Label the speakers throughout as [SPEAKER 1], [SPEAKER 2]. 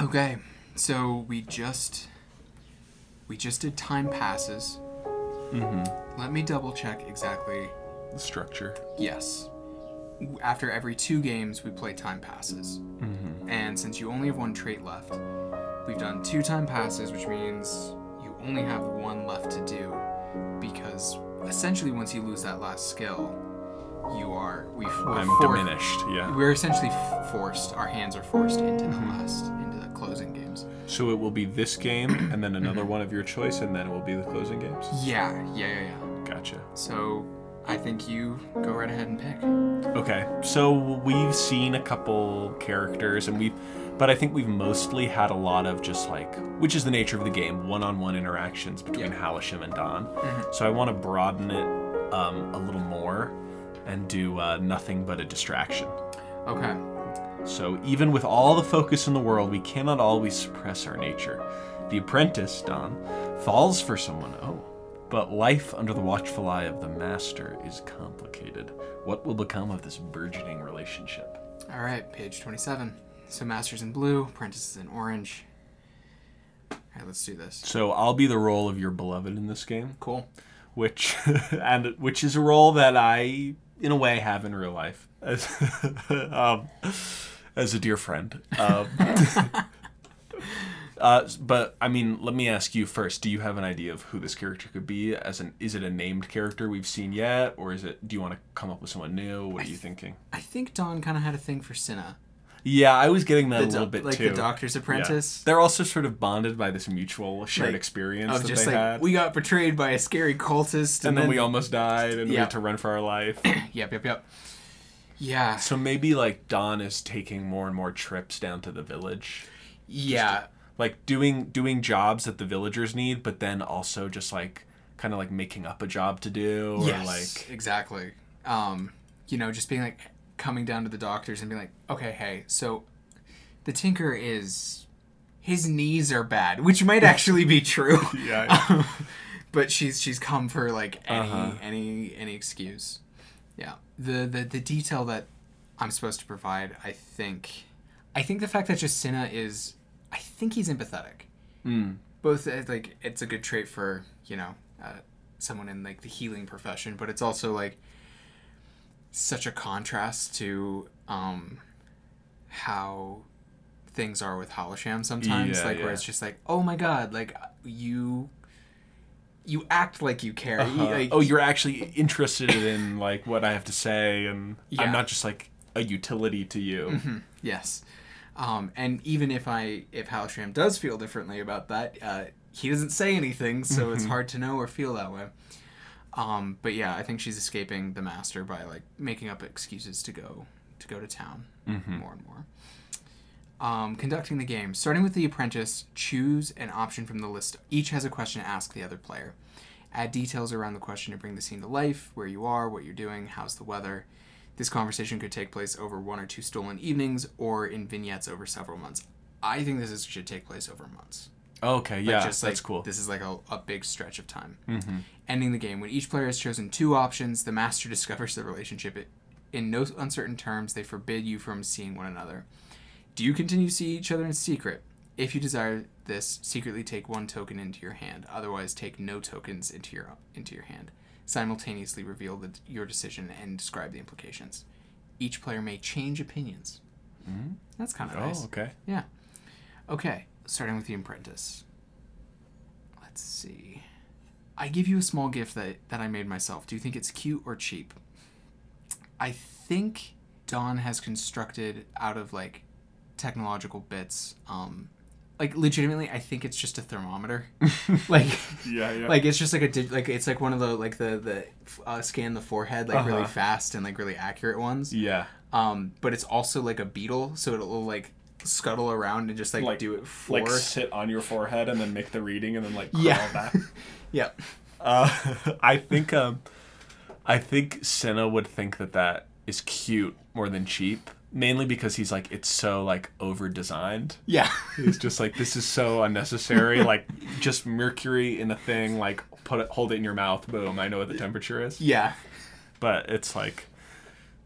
[SPEAKER 1] Okay, so we just we just did time passes. Mm-hmm. Let me double check exactly.
[SPEAKER 2] The structure.
[SPEAKER 1] Yes, after every two games we play time passes,
[SPEAKER 2] Mm-hmm.
[SPEAKER 1] and since you only have one trait left, we've done two time passes, which means you only have one left to do, because essentially once you lose that last skill, you are we
[SPEAKER 2] I'm diminished. Yeah.
[SPEAKER 1] we're essentially f- forced our hands are forced into the last into the closing games
[SPEAKER 2] So it will be this game, and then another one of your choice, and then it will be the closing games.
[SPEAKER 1] yeah yeah yeah yeah
[SPEAKER 2] Gotcha.
[SPEAKER 1] so i think you go right ahead and pick
[SPEAKER 2] Okay, so we've seen a couple characters, and we've, but I think we've mostly had a lot of just like, which is the nature of the game, one-on-one interactions between
[SPEAKER 1] Yeah.
[SPEAKER 2] Halisham and Don. So I want to broaden it um, a little more, and do uh, nothing but a distraction.
[SPEAKER 1] okay
[SPEAKER 2] So even with all the focus in the world, we cannot always suppress our nature. The apprentice, Don, falls for someone, oh. But life under the watchful eye of the master is complicated. What will become of this burgeoning relationship?
[SPEAKER 1] all right page 27 so masters in blue apprentices in orange all right let's do this
[SPEAKER 2] So I'll be the role of your beloved in this game,
[SPEAKER 1] cool
[SPEAKER 2] which and which is a role that I in a way have in real life as um, as a dear friend. Um, Uh, but I mean, let me ask you first. Do you have an idea of who this character could be? As an, is it a named character we've seen yet, or is it? Do you want to come up with someone new? What are you thinking?
[SPEAKER 1] i think don kind of had a thing for cinna
[SPEAKER 2] Yeah, I was getting that a
[SPEAKER 1] The
[SPEAKER 2] little
[SPEAKER 1] doc-
[SPEAKER 2] bit
[SPEAKER 1] like
[SPEAKER 2] too.
[SPEAKER 1] the doctor's
[SPEAKER 2] Yeah.
[SPEAKER 1] apprentice
[SPEAKER 2] They're also sort of bonded by this mutual shared
[SPEAKER 1] Like,
[SPEAKER 2] experience
[SPEAKER 1] of
[SPEAKER 2] that
[SPEAKER 1] just
[SPEAKER 2] they
[SPEAKER 1] like
[SPEAKER 2] had,
[SPEAKER 1] we got betrayed by a scary cultist and,
[SPEAKER 2] and
[SPEAKER 1] then,
[SPEAKER 2] then we almost died, and we
[SPEAKER 1] Yeah.
[SPEAKER 2] had to run for our life.
[SPEAKER 1] yep yep yep yeah
[SPEAKER 2] so maybe like Don is taking more and more trips down to the village.
[SPEAKER 1] yeah
[SPEAKER 2] like doing doing jobs that the villagers need, but then also just like kind of like making up a job to do or like
[SPEAKER 1] exactly. Um, you know, just being like coming down to the doctors and being like, okay, hey, so the tinker is his knees are bad, which might actually be true. Um,
[SPEAKER 2] yeah.
[SPEAKER 1] but she's she's come for like any
[SPEAKER 2] Uh-huh.
[SPEAKER 1] any any excuse. Yeah. The, the the detail that I'm supposed to provide, I think, I think the fact that Jacinta is, I think he's empathetic.
[SPEAKER 2] Mm.
[SPEAKER 1] Both uh, like it's a good trait for you know uh, someone in like the healing profession, but it's also like such a contrast to um, how things are with Holisham sometimes,
[SPEAKER 2] Yeah,
[SPEAKER 1] like where
[SPEAKER 2] yeah.
[SPEAKER 1] it's just like, oh my god, like you you act like you care. You-
[SPEAKER 2] Uh,
[SPEAKER 1] like-
[SPEAKER 2] oh, you're actually interested in like what I have to say, and
[SPEAKER 1] Yeah. Mm-hmm.
[SPEAKER 2] I'm not just like a utility to you.
[SPEAKER 1] yes. Um, and even if I if Halsham does feel differently about that, uh, he doesn't say anything, so it's hard to know or feel that way. Um, but yeah, I think she's escaping the master by like making up excuses to go to go to town more and more. Um, conducting the game, starting with the apprentice, choose an option from the list. Each has a question to ask the other player. Add details around the question to bring the scene to life: where you are, what you're doing, how's the weather. This conversation could take place over one or two stolen evenings, or in vignettes over several months. I think this is, should take place over months.
[SPEAKER 2] Oh, Okay,
[SPEAKER 1] Like,
[SPEAKER 2] yeah,
[SPEAKER 1] just like
[SPEAKER 2] that's cool. Mm-hmm.
[SPEAKER 1] This is like a, a big stretch of time. Ending the game when each player has chosen two options, the master discovers the relationship. It, in no uncertain terms, they forbid you from seeing one another. Do you continue to see each other in secret? If you desire this, secretly take one token into your hand. Otherwise, take no tokens into your into your hand. Simultaneously reveal the, your decision and describe the implications. Each player may change opinions. That's kind of nice.
[SPEAKER 2] oh, okay.
[SPEAKER 1] Yeah. Okay, starting with the apprentice. Let's see. I give you a small gift that, that I made myself. Do you think it's cute or cheap? I think Don has constructed out of like technological bits. Um, like legitimately, I think it's just a thermometer. like,
[SPEAKER 2] Yeah, yeah.
[SPEAKER 1] like it's just like a dig- like it's like one of the like the the uh, scan the forehead like really
[SPEAKER 2] Uh-huh.
[SPEAKER 1] fast and like really accurate ones
[SPEAKER 2] yeah.
[SPEAKER 1] um, but it's also like a beetle, so it'll like scuttle around and just like,
[SPEAKER 2] Like-
[SPEAKER 1] do it for.
[SPEAKER 2] Like sit on your forehead and then make the reading and then like crawl
[SPEAKER 1] Yeah.
[SPEAKER 2] back.
[SPEAKER 1] yeah,
[SPEAKER 2] Uh, I think um, I think Senna would think that that is cute more than cheap, mainly because he's like it's so like over designed.
[SPEAKER 1] yeah,
[SPEAKER 2] He's just like this is so unnecessary. Like just mercury in a thing. Like put it, hold it in your mouth. Boom. I know what the temperature is.
[SPEAKER 1] yeah,
[SPEAKER 2] But it's like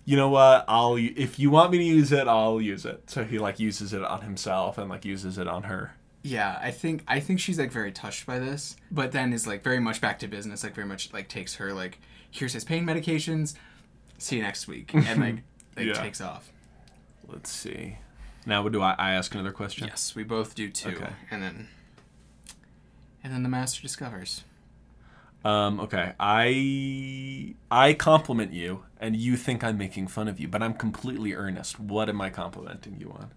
[SPEAKER 2] you know what? I'll u- if you want me to use it, I'll use it. So he like uses it on himself and like uses it on her.
[SPEAKER 1] Yeah, I think I think she's like very touched by this, but then is like very much back to business. Like very much like takes her like here's his pain medications. See you next week, and like like
[SPEAKER 2] Yeah.
[SPEAKER 1] takes off.
[SPEAKER 2] Let's see. Now do I, I ask another question?
[SPEAKER 1] Yes, we both do too.
[SPEAKER 2] Okay.
[SPEAKER 1] And then and then the master discovers.
[SPEAKER 2] Um, okay. I I compliment you and you think I'm making fun of you, but I'm completely earnest. What am I complimenting you on?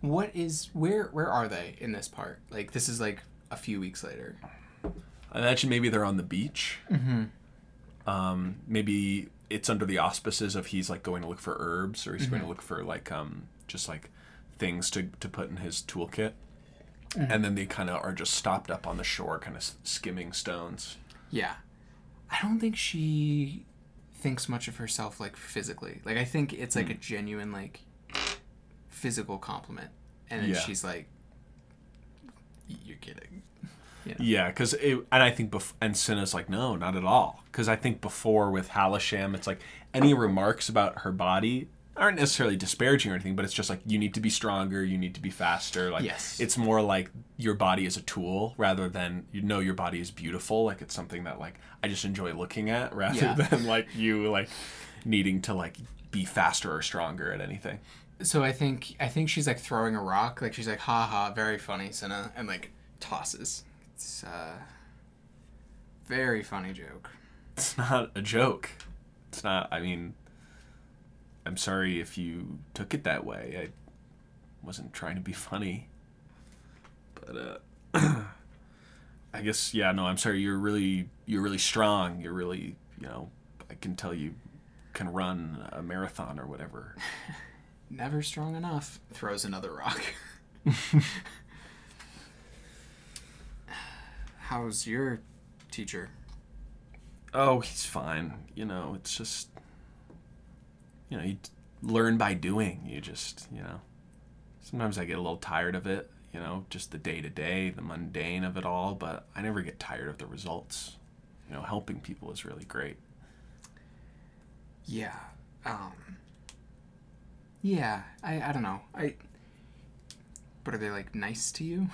[SPEAKER 1] What is where where are they in this part? Like this is like a few weeks later.
[SPEAKER 2] I imagine maybe they're on the beach. Um, maybe it's under the auspices of he's like going to look for herbs or he's going to look for like um, just like things to, to put in his toolkit. And then they kind of are just stopped up on the shore, kind of skimming stones.
[SPEAKER 1] Yeah. I don't think she thinks much of herself like physically. Like I think it's like a genuine like physical compliment. And then
[SPEAKER 2] Yeah.
[SPEAKER 1] she's like "Y- you're kidding.
[SPEAKER 2] Yeah, because and I think bef- and Cinna's like, no, not at all. Because I think before with Halisham, it's like any remarks about her body aren't necessarily disparaging or anything, but it's just like you need to be stronger, you need to be faster. Like
[SPEAKER 1] Yes.
[SPEAKER 2] it's more like your body is a tool rather than you know your body is beautiful. Like it's something that like I just enjoy looking at rather
[SPEAKER 1] Yeah.
[SPEAKER 2] than like you like needing to like be faster or stronger at anything.
[SPEAKER 1] So I think I think she's like throwing a rock, like she's like, ha ha, very funny, Senna, and like tosses. It's uh very funny joke.
[SPEAKER 2] It's not a joke. It's not. I mean, I'm sorry if you took it that way. I wasn't trying to be funny. But uh, I guess yeah. No, I'm sorry. You're really you're really strong. You're really you know. I can tell you can run a marathon or whatever.
[SPEAKER 1] Never strong enough. Throws another rock. How's your teacher?
[SPEAKER 2] Oh, he's fine. You know, it's just you know you t- learn by doing. You just you know. Sometimes I get a little tired of it. You know, just the day to day, the mundane of it all. But I never get tired of the results. You know, helping people is really great.
[SPEAKER 1] Yeah. Um Yeah, I I don't know. I But are they like nice to you?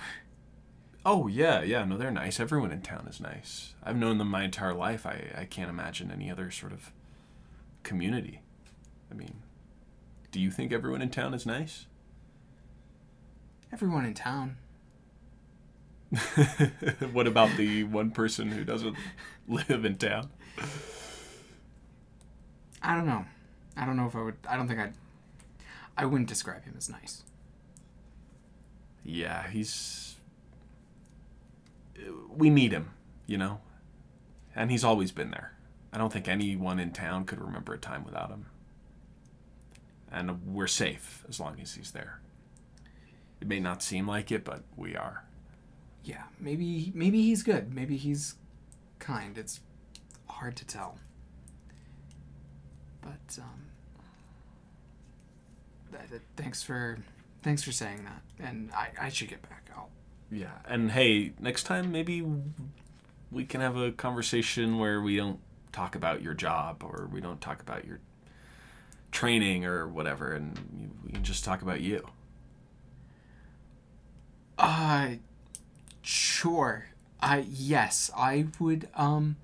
[SPEAKER 2] Oh yeah, yeah. No, they're nice. Everyone in town is nice. I've known them my entire life. I I can't imagine any other sort of community. I mean, do you think everyone in town is nice?
[SPEAKER 1] Everyone in town.
[SPEAKER 2] what about the one person who doesn't live in town?
[SPEAKER 1] I don't know. I don't know if I would I don't think I'd I wouldn't describe him as nice.
[SPEAKER 2] Yeah, he's. We need him, you know? And he's always been there. I don't think anyone in town could remember a time without him. And we're safe as long as he's there. It may not seem like it, but we are.
[SPEAKER 1] Yeah, maybe maybe he's good. Maybe he's kind. It's hard to tell. But um, th- th- thanks for thanks for saying that. And I, I should get back. I'll
[SPEAKER 2] Yeah, and hey, next time maybe we can have a conversation where we don't talk about your job or we don't talk about your training or whatever, and you- we can just talk about you.
[SPEAKER 1] uh sure. I yes, I would um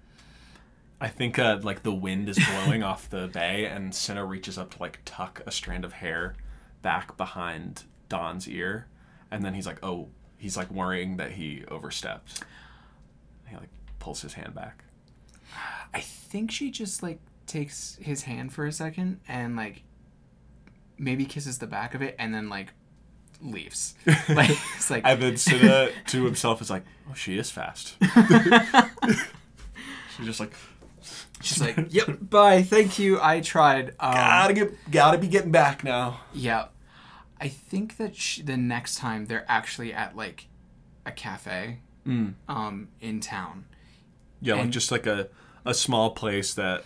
[SPEAKER 2] I think uh, like the wind is blowing off the bay, and Cinna reaches up to like tuck a strand of hair back behind Don's ear, and then he's like, "Oh," he's like worrying that he overstepped. He like pulls his hand back.
[SPEAKER 1] I think she just like takes his hand for a second and like maybe kisses the back of it and then like leaves. Like it's like
[SPEAKER 2] And then Cinna to himself is like, "Oh, she is fast." She's just like,
[SPEAKER 1] She's like, "Yep, bye, thank you. I tried." Um,
[SPEAKER 2] "Gotta get, gotta be getting back now."
[SPEAKER 1] Yeah, I think that sh the next time they're actually at like a cafe, um, in town.
[SPEAKER 2] Yeah, like
[SPEAKER 1] And-
[SPEAKER 2] just like a a small place that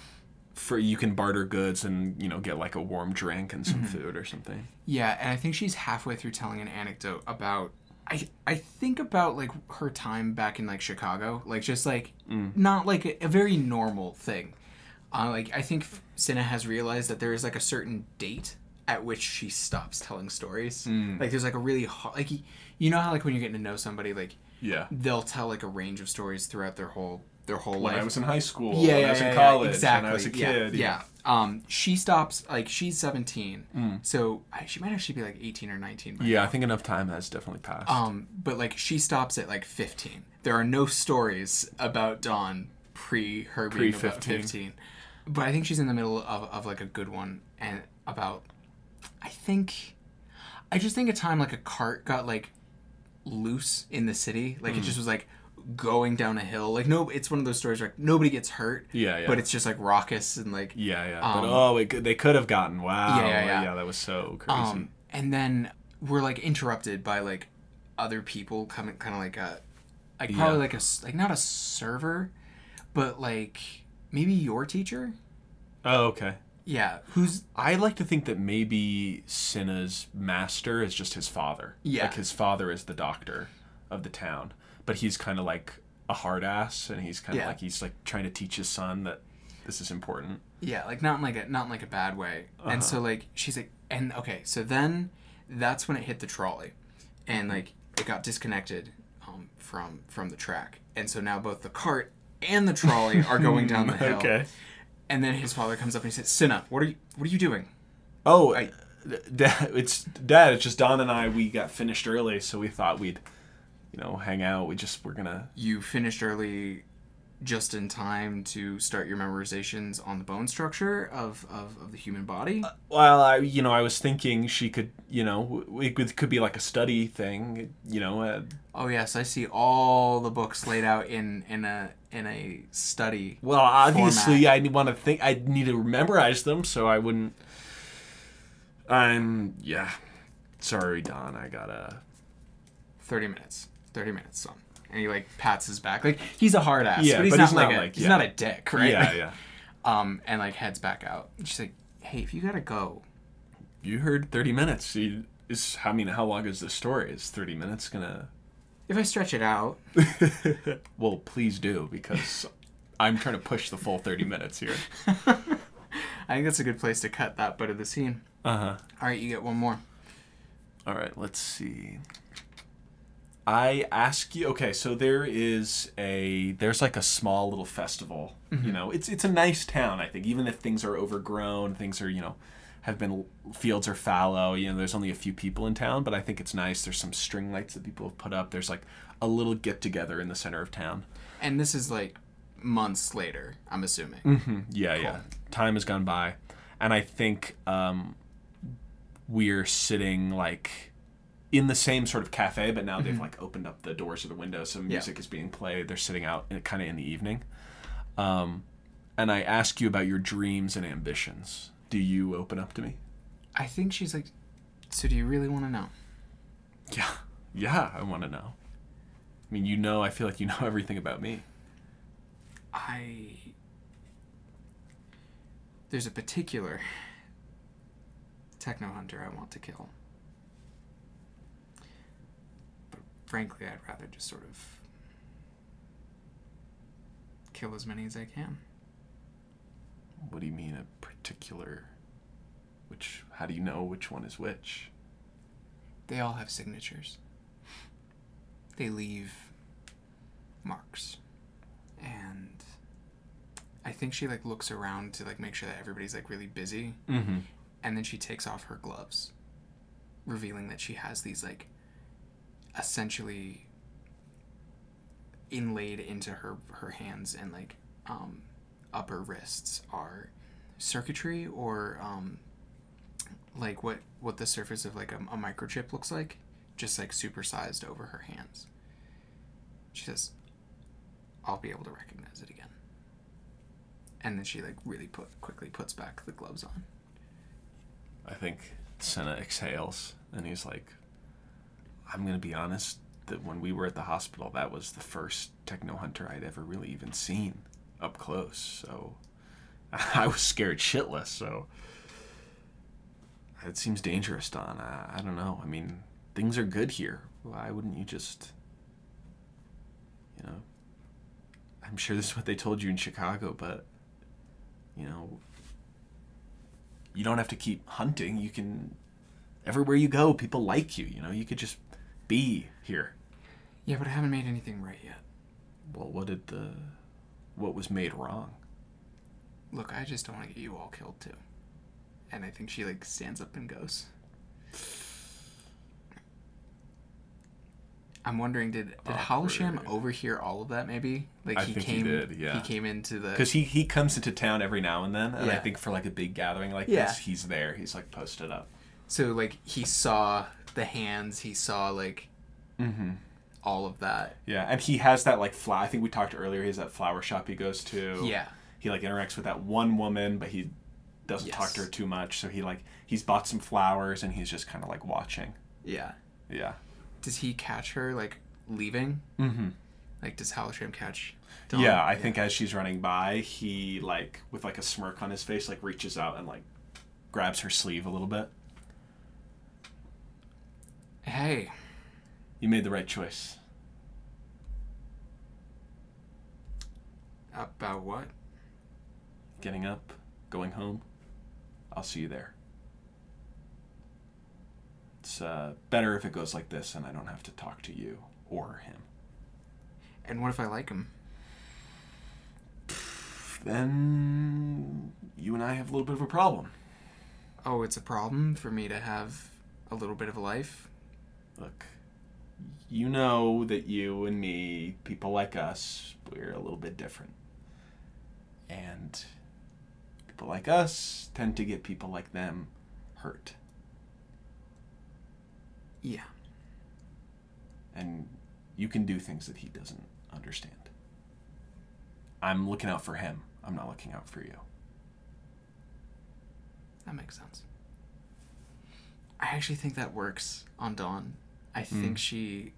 [SPEAKER 2] for you can barter goods and you know get like a warm drink and some
[SPEAKER 1] Mm-hmm.
[SPEAKER 2] food or something.
[SPEAKER 1] Yeah, and I think she's halfway through telling an anecdote about. I, I think about like her
[SPEAKER 3] Mm.
[SPEAKER 1] time back in like Chicago, like just like not like a, a very normal thing, Uh, like I think Cinna has realized that there is like a certain date at which she stops telling stories.
[SPEAKER 3] Mm.
[SPEAKER 1] Like there's like a really hard, like y- you know how like when you're getting to know somebody, like
[SPEAKER 3] Yeah.
[SPEAKER 1] they'll tell like a range of stories throughout their whole their whole
[SPEAKER 3] When
[SPEAKER 1] life.
[SPEAKER 3] I was in high school,
[SPEAKER 1] yeah,
[SPEAKER 3] when
[SPEAKER 1] yeah,
[SPEAKER 3] I was in
[SPEAKER 1] yeah, yeah,
[SPEAKER 3] college, when I was a
[SPEAKER 1] exactly, yeah,
[SPEAKER 3] kid.
[SPEAKER 1] Yeah, Um, she stops like she's 17,
[SPEAKER 3] Mm.
[SPEAKER 1] so I, she might actually be like 18 or 19. by
[SPEAKER 2] Yeah, I think enough time has definitely passed.
[SPEAKER 1] um, but like she stops at like 15. There are no stories about Dawn pre her being about
[SPEAKER 2] 15.
[SPEAKER 1] 15. But I think she's in the middle of, of like a good one and about I think I just think a time like a cart got like loose in the city. Like it
[SPEAKER 3] Mm.
[SPEAKER 1] just was like going down a hill. Like no it's one of those stories where like nobody gets hurt.
[SPEAKER 2] Yeah, yeah.
[SPEAKER 1] But it's just like raucous and like
[SPEAKER 2] yeah, yeah.
[SPEAKER 1] um,
[SPEAKER 2] but oh, it, could- they could have gotten. Wow.
[SPEAKER 1] Yeah, yeah, yeah.
[SPEAKER 2] that was so crazy.
[SPEAKER 1] Um, and then we're like interrupted by like other people coming, kind of like a, like probably
[SPEAKER 2] Yeah.
[SPEAKER 1] like a s- like not a server, but like maybe your teacher.
[SPEAKER 2] oh, okay.
[SPEAKER 1] Yeah, who's
[SPEAKER 2] I like to think that maybe Cinna's master is just his father.
[SPEAKER 1] Yeah.
[SPEAKER 2] Like his father is the doctor of the town, but he's kind of like a hard ass, and he's kind of
[SPEAKER 1] Yeah.
[SPEAKER 2] like he's like trying to teach his son that this is important.
[SPEAKER 1] yeah, like not in like a not in like a bad way. And
[SPEAKER 2] Uh-huh.
[SPEAKER 1] so like she's like, and okay, so then that's when it hit the trolley, and
[SPEAKER 2] Mm-hmm.
[SPEAKER 1] like it got disconnected um, from from the track, and so now both the cart and the trolley are going down the hill. And then his father comes up and he says, "Cinna, what are you what are you doing?"
[SPEAKER 2] Oh, I, dad, it's dad. It's just Don and I. We got finished early, so we thought we'd, you know, hang out. We just we're gonna.
[SPEAKER 1] you finished early just in time to start your memorizations on the bone structure of, of, of the human body.
[SPEAKER 2] Well, I you know I was thinking she could you know w- it could- could be like a study thing. You know, uh,
[SPEAKER 1] oh yes, I see all the books laid out in, in a in a study.
[SPEAKER 2] well obviously I want to think I need to memorize them, so I wouldn't. I'm yeah, sorry Don. I gotta.
[SPEAKER 1] Thirty minutes. Thirty minutes, son. And he like pats his back. Like he's a hard ass,
[SPEAKER 2] Yeah,
[SPEAKER 1] but he's not like, a, he's
[SPEAKER 2] yeah.
[SPEAKER 1] not a dick, right?
[SPEAKER 2] Yeah, yeah.
[SPEAKER 1] um and like heads back out. She's like, Hey, if you gotta go,
[SPEAKER 2] You heard thirty minutes. You, is I mean, how long is this story? Is thirty minutes gonna?
[SPEAKER 1] if I stretch it out
[SPEAKER 2] Well, please do because I'm trying to push the full 30 minutes here.
[SPEAKER 1] I think that's a good place to cut that bit of the scene.
[SPEAKER 2] Uh huh.
[SPEAKER 1] Alright, you get one more.
[SPEAKER 2] All right, let's see. I ask you. Okay, so there is a there's like a small little festival. You know, it's it's a nice town. I think even if things are overgrown, things are you know have been fields are fallow. You know, there's only a few people in town, but I think it's nice. There's some string lights that people have put up. There's like a little get together in the center of town.
[SPEAKER 1] And this is like months later, I'm assuming.
[SPEAKER 2] Yeah, yeah. Time has gone by, and I think um, we're sitting like in the same sort of cafe, but now they've like opened up the doors or the windows, so music is being played. They're sitting out kind of in the evening, um, and I ask you about your dreams and ambitions. Do you open up to me?
[SPEAKER 1] I think she's like, so do you really want to know?
[SPEAKER 2] Yeah, yeah. I want to know. I mean, you know, I feel like you know everything about me.
[SPEAKER 1] I. There's a particular techno hunter I want to kill. But frankly, I'd rather just sort of kill as many as I can.
[SPEAKER 2] What do you mean a particular? Which? How do you know which one is which?
[SPEAKER 1] They all have signatures, they leave marks. And I think she like looks around to like make sure that everybody's like really busy
[SPEAKER 2] Mm-hmm.
[SPEAKER 1] and then she takes off her gloves, revealing that she has these like essentially inlaid into her her hands and like um, upper wrists are circuitry or um, like what what the surface of like a, a microchip looks like, just like supersized over her hands. She says, "I'll be able to recognize it again." And then she like really put quickly puts back the gloves on.
[SPEAKER 2] I think Senna exhales and he's like, I'm going to be honest that when we were at the hospital, that was the first techno hunter I'd ever really even seen up close. So I was scared shitless. So it seems dangerous, Don. I, I don't know. I mean, things are good here. Why wouldn't you just, you know, I'm sure this is what they told you in Chicago, but you know, you don't have to keep hunting. You can, everywhere you go, people like you. You know, you could just be here.
[SPEAKER 1] Yeah, but I haven't made anything right yet.
[SPEAKER 2] Well, what did the, what was made wrong?
[SPEAKER 1] Look, I just don't want to get you all killed too. And I think she like stands up and goes. I'm wondering, did did Holisham
[SPEAKER 2] Awkward.
[SPEAKER 1] overhear all of that? Maybe like
[SPEAKER 2] I
[SPEAKER 1] he
[SPEAKER 2] think he
[SPEAKER 1] came.
[SPEAKER 2] did, yeah.
[SPEAKER 1] He came into the.
[SPEAKER 2] Because he he comes into town every now and then, and I
[SPEAKER 1] Uh, Yeah.
[SPEAKER 2] think for like a big gathering like
[SPEAKER 1] Yeah.
[SPEAKER 2] this, he's there. He's like posted up.
[SPEAKER 1] So like he saw the hands. He saw like
[SPEAKER 2] Mm-hmm.
[SPEAKER 1] all of that.
[SPEAKER 2] Yeah, and he has that like flower. I think we talked earlier. He has that flower shop he goes to.
[SPEAKER 1] Yeah.
[SPEAKER 2] He like interacts with that one woman, but he doesn't talk to
[SPEAKER 1] Yes.
[SPEAKER 2] her too much. So he like he's bought some flowers and he's just kind of like watching.
[SPEAKER 1] Yeah.
[SPEAKER 2] Yeah.
[SPEAKER 1] Does he catch her like leaving?
[SPEAKER 2] Mm-hmm.
[SPEAKER 1] Like does Halisham catch? Dawn?
[SPEAKER 2] Yeah, I think as she's running by, he like with like a smirk on his face, like reaches out and like grabs her sleeve a little bit.
[SPEAKER 1] Hey,
[SPEAKER 2] You made the right choice.
[SPEAKER 1] about what?
[SPEAKER 2] Getting up, going home. I'll see you there. It's uh, better if it goes like this, and I don't have to talk to you or him.
[SPEAKER 1] And what if I like him?
[SPEAKER 2] then you and I have a little bit of a problem.
[SPEAKER 1] Oh, it's a problem for me to have a little bit of a life.
[SPEAKER 2] Look, you know that you and me, people like us, we're a little bit different. And people like us tend to get people like them hurt.
[SPEAKER 1] Yeah.
[SPEAKER 2] And you can do things that he doesn't understand. I'm looking out for him, I'm not looking out for you.
[SPEAKER 1] That makes sense. I actually think that works on Dawn. I think she.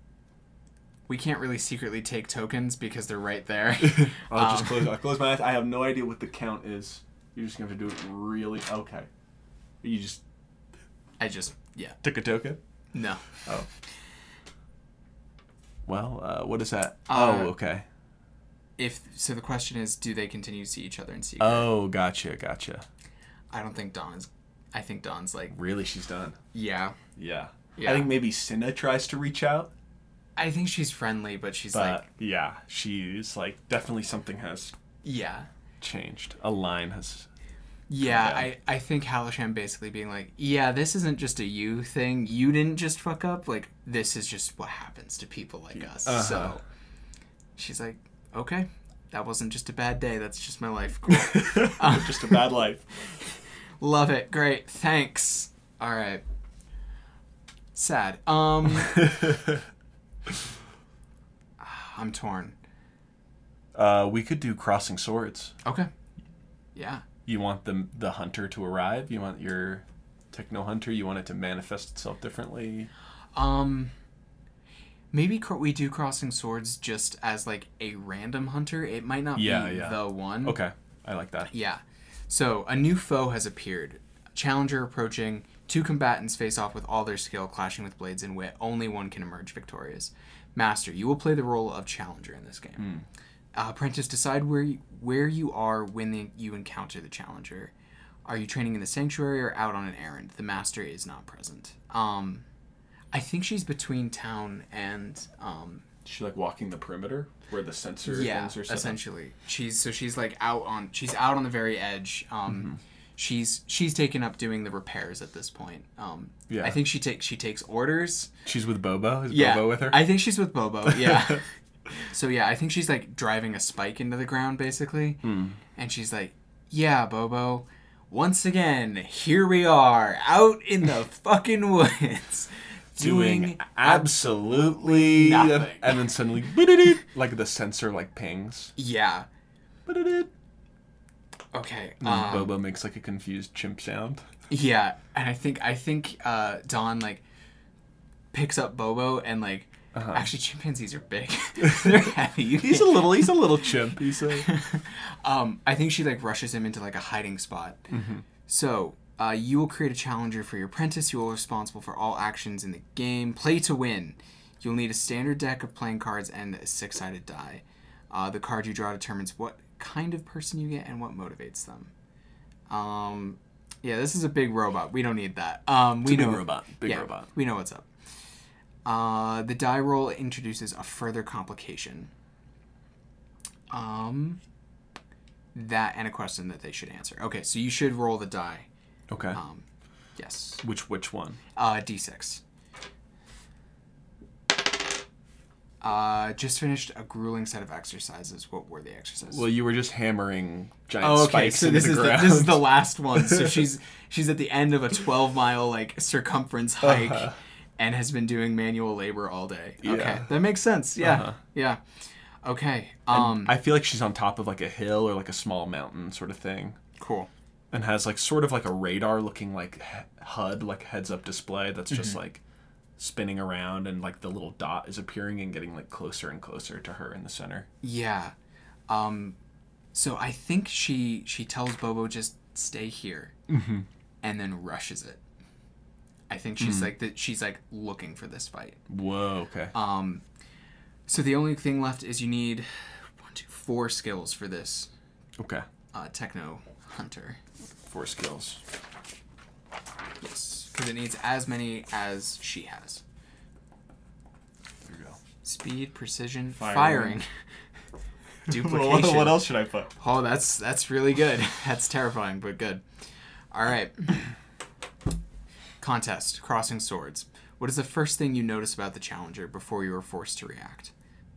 [SPEAKER 1] We can't really secretly take tokens because they're right there.
[SPEAKER 2] I'll just
[SPEAKER 1] Um,
[SPEAKER 2] close. I close my eyes. I have no idea what the count is. You're just gonna have to do it really. Okay. You just
[SPEAKER 1] I just. Yeah.
[SPEAKER 2] took a token.
[SPEAKER 1] No.
[SPEAKER 2] Oh. Well, uh, what is that?
[SPEAKER 1] Uh,
[SPEAKER 2] oh, okay.
[SPEAKER 1] If so, the question is, do they continue to see each other in secret?
[SPEAKER 2] Oh, gotcha, gotcha.
[SPEAKER 1] I don't think Dawn is. I think Dawn's like,
[SPEAKER 2] Really, she's done.
[SPEAKER 1] yeah.
[SPEAKER 2] Yeah.
[SPEAKER 1] Yeah.
[SPEAKER 2] I think maybe Cinna tries to reach out,
[SPEAKER 1] I think she's friendly, but she's
[SPEAKER 2] but
[SPEAKER 1] like,
[SPEAKER 2] yeah, she's like definitely something has
[SPEAKER 1] yeah,
[SPEAKER 2] changed. A line has.
[SPEAKER 1] yeah.
[SPEAKER 2] Okay.
[SPEAKER 1] I I think Halisham basically being like, yeah, this isn't just a you thing. You didn't just fuck up. Like this is just what happens to people like us.
[SPEAKER 2] Uh-huh.
[SPEAKER 1] So she's like, okay, that wasn't just a bad day. That's just my life. Cool.
[SPEAKER 2] just a bad life.
[SPEAKER 1] Love it. Great. Thanks. All right. Sad. Um, I'm torn.
[SPEAKER 2] uh, we could do crossing swords.
[SPEAKER 1] Okay. Yeah.
[SPEAKER 2] You want the the hunter to arrive. You want your techno hunter. You want it to manifest itself differently.
[SPEAKER 1] Um, maybe cr- we do crossing swords just as like a random hunter. It might not
[SPEAKER 2] Yeah,
[SPEAKER 1] be
[SPEAKER 2] yeah.
[SPEAKER 1] the one.
[SPEAKER 2] Okay, I like that.
[SPEAKER 1] Yeah. So a new foe has appeared. Challenger approaching. Two combatants face off with all their skill, clashing with blades and wit. Only one can emerge victorious. Master, you will play the role of challenger in this game. Uh, apprentice, decide where you, where you are when the, you encounter the challenger. Are you training in the sanctuary or out on an errand? The master is not present. Um, I think she's between town and um,
[SPEAKER 2] She like walking the perimeter where the sensor
[SPEAKER 1] yeah,
[SPEAKER 2] things are set up?
[SPEAKER 1] essentially. She's so she's like out on she's out on the very edge. Um,
[SPEAKER 2] Mm-hmm.
[SPEAKER 1] she's she's taken up doing the repairs at this point. Um,
[SPEAKER 2] Yeah.
[SPEAKER 1] I think she takes she takes orders.
[SPEAKER 2] She's with Bobo. Is
[SPEAKER 1] Yeah,
[SPEAKER 2] Bobo with her?
[SPEAKER 1] I think she's with Bobo. Yeah. so yeah, I think she's like driving a spike into the ground basically,
[SPEAKER 2] Hmm.
[SPEAKER 1] and she's like, "Yeah, Bobo." Once again, here we are out in the fucking woods,
[SPEAKER 2] doing absolutely
[SPEAKER 1] nothing.
[SPEAKER 2] And then suddenly, "Boop-de-doop," like the sensor like pings.
[SPEAKER 1] yeah.
[SPEAKER 2] "Boop-de-doop."
[SPEAKER 1] Okay.
[SPEAKER 2] And then
[SPEAKER 1] um,
[SPEAKER 2] Bobo makes like a confused chimp sound.
[SPEAKER 1] Yeah, and I think I think uh, Don like picks up Bobo and like actually chimpanzees are big. They're heavy.
[SPEAKER 2] Uh-huh. He's a little. He's a little chimp. He's a.
[SPEAKER 1] um, I think she like rushes him into like a hiding spot.
[SPEAKER 2] Mm-hmm.
[SPEAKER 1] So. Uh, you will create a challenger for your apprentice. You are responsible for all actions in the game. Play to win. You'll need a standard deck of playing cards and a six-sided die. Uh, the card you draw determines what kind of person you get and what motivates them. Um, yeah, this is a big robot. We don't need that. Um, we
[SPEAKER 2] It's a
[SPEAKER 1] know
[SPEAKER 2] big robot. Big
[SPEAKER 1] yeah,
[SPEAKER 2] robot.
[SPEAKER 1] We know what's up. Uh, the die roll introduces a further complication. Um, that and a question that they should answer. Okay, so you should roll the die.
[SPEAKER 2] Okay.
[SPEAKER 1] Um, yes.
[SPEAKER 2] which which one?
[SPEAKER 1] Uh, D6. Uh, just finished a grueling set of exercises. What were the exercises?
[SPEAKER 2] Well, you were just hammering giant
[SPEAKER 1] Oh, okay.
[SPEAKER 2] spikes
[SPEAKER 1] So
[SPEAKER 2] into
[SPEAKER 1] this
[SPEAKER 2] the
[SPEAKER 1] is the,
[SPEAKER 2] ground.
[SPEAKER 1] this is the last one. So she's she's at the end of a twelve mile like circumference hike,
[SPEAKER 2] Uh-huh.
[SPEAKER 1] and has been doing manual labor all day. Okay,
[SPEAKER 2] Yeah.
[SPEAKER 1] that makes sense. Yeah,
[SPEAKER 2] Uh-huh.
[SPEAKER 1] yeah. Okay. Um.
[SPEAKER 2] I feel like she's on top of like a hill or like a small mountain sort of thing,
[SPEAKER 1] cool.
[SPEAKER 2] and has like sort of like a radar looking like he- HUD like heads up display that's just like spinning around and like the little dot is appearing and getting like closer and closer to her in the center.
[SPEAKER 1] Yeah. Um. So I think she she tells Bobo just stay here,
[SPEAKER 2] Mm-hmm.
[SPEAKER 1] and then rushes it. I think
[SPEAKER 2] Mm.
[SPEAKER 1] she's like that. She's like looking for this fight.
[SPEAKER 2] Whoa. Okay.
[SPEAKER 1] Um, so the only thing left is you need one, two, four skills for this
[SPEAKER 2] okay.
[SPEAKER 1] uh, techno hunter.
[SPEAKER 2] Four skills.
[SPEAKER 1] Yes, because it needs as many as she has.
[SPEAKER 2] There you go.
[SPEAKER 1] Speed, precision, firing,
[SPEAKER 2] Firing.
[SPEAKER 1] duplication.
[SPEAKER 2] should I put?
[SPEAKER 1] Oh, that's that's really good. That's terrifying, but good. All right. Contest: Crossing swords. What is the first thing you notice about the challenger before you are forced to react?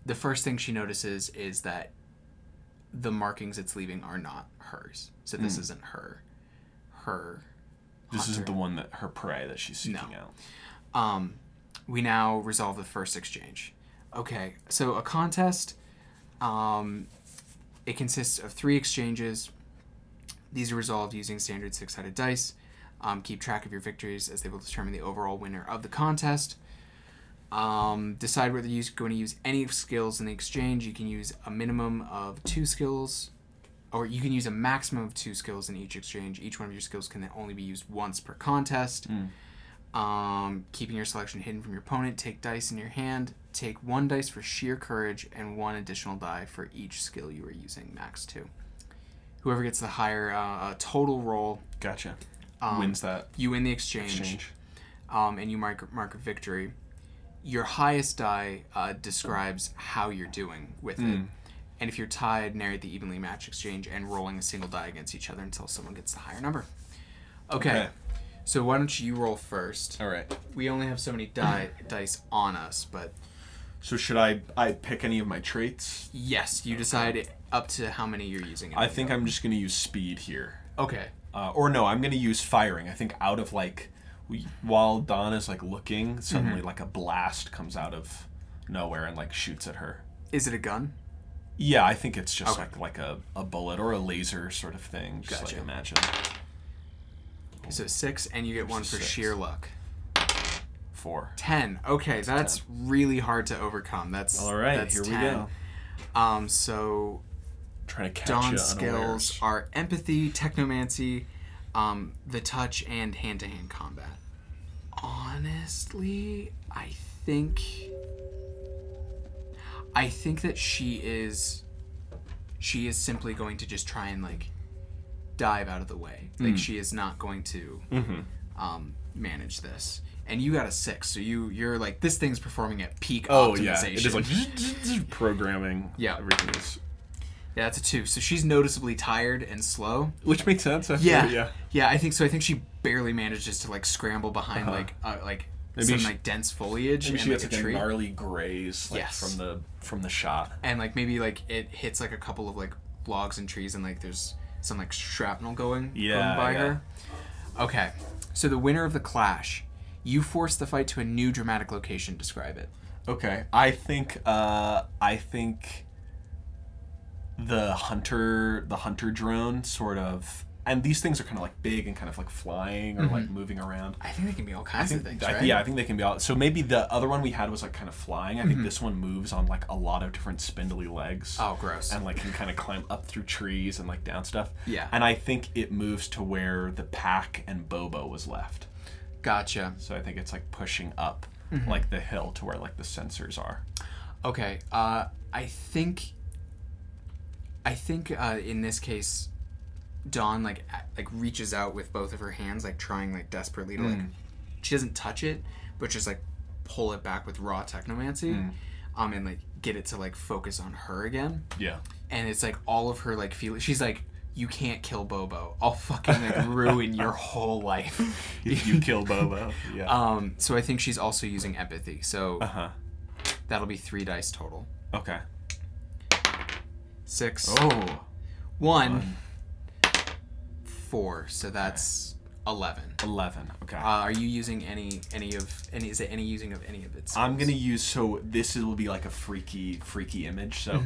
[SPEAKER 1] The first thing she notices is that the markings it's leaving are not hers. So this isn't her. Her.
[SPEAKER 2] This
[SPEAKER 1] Hunter.
[SPEAKER 2] isn't the one that her prey that she's seeking out.
[SPEAKER 1] um, we now resolve the first exchange. Okay, so a contest. Um, it consists of three exchanges. These are resolved using standard six sided dice. Um, keep track of your victories as they will determine the overall winner of the contest. Um, decide whether you're going to use any skills in the exchange. You can use a minimum of two skills, or you can use a maximum of two skills in each exchange. Each one of your skills can then only be used once per contest. Um, keeping your selection hidden from your opponent, take dice in your hand. Take one dice for sheer courage and one additional die for each skill you are using, max two. Whoever gets the higher uh, total roll,
[SPEAKER 2] Gotcha.
[SPEAKER 1] um,
[SPEAKER 2] Wins that
[SPEAKER 1] you win the exchange,
[SPEAKER 2] exchange.
[SPEAKER 1] Um, and you mark, mark a victory. Your highest die uh, describes how you're doing with
[SPEAKER 2] Hmm.
[SPEAKER 1] it. And if you're tied, narrate the evenly matched exchange and rolling a single die against each other until someone gets the higher number. okay.
[SPEAKER 2] Okay.
[SPEAKER 1] So why don't you roll first?
[SPEAKER 2] All right.
[SPEAKER 1] we only have so many di- dice on us, but
[SPEAKER 2] So should I I pick any of my traits?
[SPEAKER 1] yes, you decide it up to how many you're using.
[SPEAKER 2] I think I'm just gonna use speed here.
[SPEAKER 1] okay.
[SPEAKER 2] Uh, or no, I'm gonna use firing. I think out of like, we, while Don is like looking, suddenly
[SPEAKER 1] Mm-hmm.
[SPEAKER 2] like a blast comes out of nowhere and like shoots at her.
[SPEAKER 1] Is it a gun?
[SPEAKER 2] Yeah, I think it's just
[SPEAKER 1] Okay.
[SPEAKER 2] like like a, a bullet or a laser sort of thing. Just
[SPEAKER 1] Gotcha.
[SPEAKER 2] like imagine.
[SPEAKER 1] So six, and you get one for
[SPEAKER 2] Six.
[SPEAKER 1] sheer luck.
[SPEAKER 2] Four.
[SPEAKER 1] Ten. Okay, that's really hard to overcome. That's
[SPEAKER 2] All right,
[SPEAKER 1] That's
[SPEAKER 2] here
[SPEAKER 1] 10.
[SPEAKER 2] we go.
[SPEAKER 1] Um, so
[SPEAKER 2] Trying to catch you
[SPEAKER 1] Dawn's
[SPEAKER 2] unawares.
[SPEAKER 1] skills are empathy, technomancy, um, the touch, and hand-to-hand combat. Honestly, I think I think that she is she is simply going to just try and like dive out of the way. Like
[SPEAKER 2] Mm.
[SPEAKER 1] she is not going to
[SPEAKER 2] Mm-hmm.
[SPEAKER 1] um, manage this. And you got a six, so you you're like this thing's performing at peak
[SPEAKER 2] Oh
[SPEAKER 1] optimization.
[SPEAKER 2] yeah, it is like programming.
[SPEAKER 1] Yeah.
[SPEAKER 2] everything is.
[SPEAKER 1] yeah, that's a two. So she's noticeably tired and slow.
[SPEAKER 2] Which makes sense. I feel,
[SPEAKER 1] Yeah.
[SPEAKER 2] yeah.
[SPEAKER 1] Yeah, I think so. I think she barely manages to like scramble behind like uh, like
[SPEAKER 2] Uh-huh. Maybe
[SPEAKER 1] some
[SPEAKER 2] she-
[SPEAKER 1] like dense foliage
[SPEAKER 2] Maybe
[SPEAKER 1] and
[SPEAKER 2] she
[SPEAKER 1] like
[SPEAKER 2] gets
[SPEAKER 1] a
[SPEAKER 2] like a
[SPEAKER 1] tree,
[SPEAKER 2] gnarly graze like,
[SPEAKER 1] Yes.
[SPEAKER 2] from the from the shot.
[SPEAKER 1] and like maybe like it hits like a couple of like logs and trees, and like there's some like shrapnel going going
[SPEAKER 2] Yeah,
[SPEAKER 1] by
[SPEAKER 2] yeah.
[SPEAKER 1] her. Okay, so the winner of the clash, you force the fight to a new dramatic location. Describe it.
[SPEAKER 2] Okay, I think uh, I think the hunter the hunter drone sort of, and these things are kind of like big and kind of like flying or like moving around.
[SPEAKER 1] Mm-hmm. I think they can be all kinds of things,
[SPEAKER 2] I-
[SPEAKER 1] right?
[SPEAKER 2] Yeah, I think they can be all. So maybe the other one we had was like kind of flying. I think this one moves on like a lot of different spindly legs.
[SPEAKER 1] Mm-hmm. Oh, gross.
[SPEAKER 2] And like can kind of climb up through trees and like down stuff.
[SPEAKER 1] Yeah.
[SPEAKER 2] And I think it moves to where the pack and Bobo was left.
[SPEAKER 1] Gotcha.
[SPEAKER 2] So I think it's like pushing up
[SPEAKER 1] Mm-hmm.
[SPEAKER 2] like the hill to where like the sensors are.
[SPEAKER 1] Okay. Uh, I think. I think uh, in this case, Dawn like a- like reaches out with both of her hands, like trying like desperately to like. She doesn't touch it, but just like pull it back with raw technomancy, um, and like get it to like focus on her again.
[SPEAKER 2] Yeah.
[SPEAKER 1] And it's like all of her like feelings. She's like, "You can't kill Bobo. I'll fucking like ruin your whole life."
[SPEAKER 2] If you kill Bobo. Yeah.
[SPEAKER 1] Um, so I think she's also using empathy. So
[SPEAKER 2] huh.
[SPEAKER 1] that'll be three dice total.
[SPEAKER 2] Okay.
[SPEAKER 1] Six.
[SPEAKER 2] Oh.
[SPEAKER 1] One, four. So that's eleven.
[SPEAKER 2] 11. Okay.
[SPEAKER 1] Uh, are you using any any of any? Is it any using of any of its?
[SPEAKER 2] I'm
[SPEAKER 1] skills?
[SPEAKER 2] gonna use so this is, will be like a freaky freaky image. So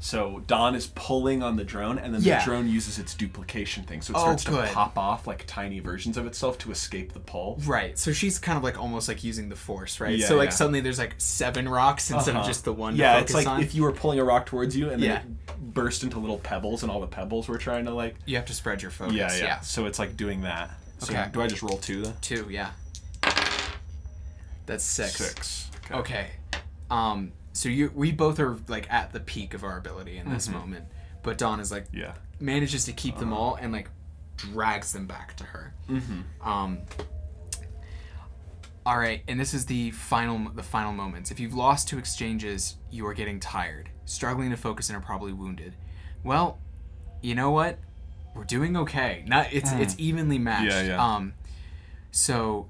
[SPEAKER 2] so Don is pulling on the drone, and then
[SPEAKER 1] Mm-hmm. Yeah.
[SPEAKER 2] the drone uses its duplication thing, so it
[SPEAKER 1] Oh,
[SPEAKER 2] starts
[SPEAKER 1] good.
[SPEAKER 2] to pop off like tiny versions of itself to escape the pull.
[SPEAKER 1] Right. So she's kind of like almost like using the force, right?
[SPEAKER 2] Yeah,
[SPEAKER 1] so like
[SPEAKER 2] yeah.
[SPEAKER 1] suddenly there's like seven rocks instead of
[SPEAKER 2] Uh-huh.
[SPEAKER 1] just the one.
[SPEAKER 2] Yeah,
[SPEAKER 1] to
[SPEAKER 2] it's
[SPEAKER 1] focus
[SPEAKER 2] like
[SPEAKER 1] on.
[SPEAKER 2] if you were pulling a rock towards you, and then
[SPEAKER 1] Yeah.
[SPEAKER 2] it burst into little pebbles, and all the pebbles were trying to like.
[SPEAKER 1] you have to spread your focus.
[SPEAKER 2] Yeah, yeah. So it's like doing that. So
[SPEAKER 1] Okay.
[SPEAKER 2] Do I just roll two then?
[SPEAKER 1] Two. Yeah. That's six.
[SPEAKER 2] Six. Okay.
[SPEAKER 1] Okay. Um. So you we both are like at the peak of our ability in
[SPEAKER 2] Mm-hmm.
[SPEAKER 1] this moment, but Dawn is like
[SPEAKER 2] Yeah.
[SPEAKER 1] manages to keep
[SPEAKER 2] Uh-huh.
[SPEAKER 1] them all and like drags them back to her.
[SPEAKER 2] Mm-hmm.
[SPEAKER 1] Um, all right, and this is the final the final moments. If you've lost two exchanges, you are getting tired, struggling to focus, and are probably wounded. Well, you know what? We're doing okay. Not it's it's evenly matched.
[SPEAKER 2] Mm. Yeah, yeah.
[SPEAKER 1] Um, so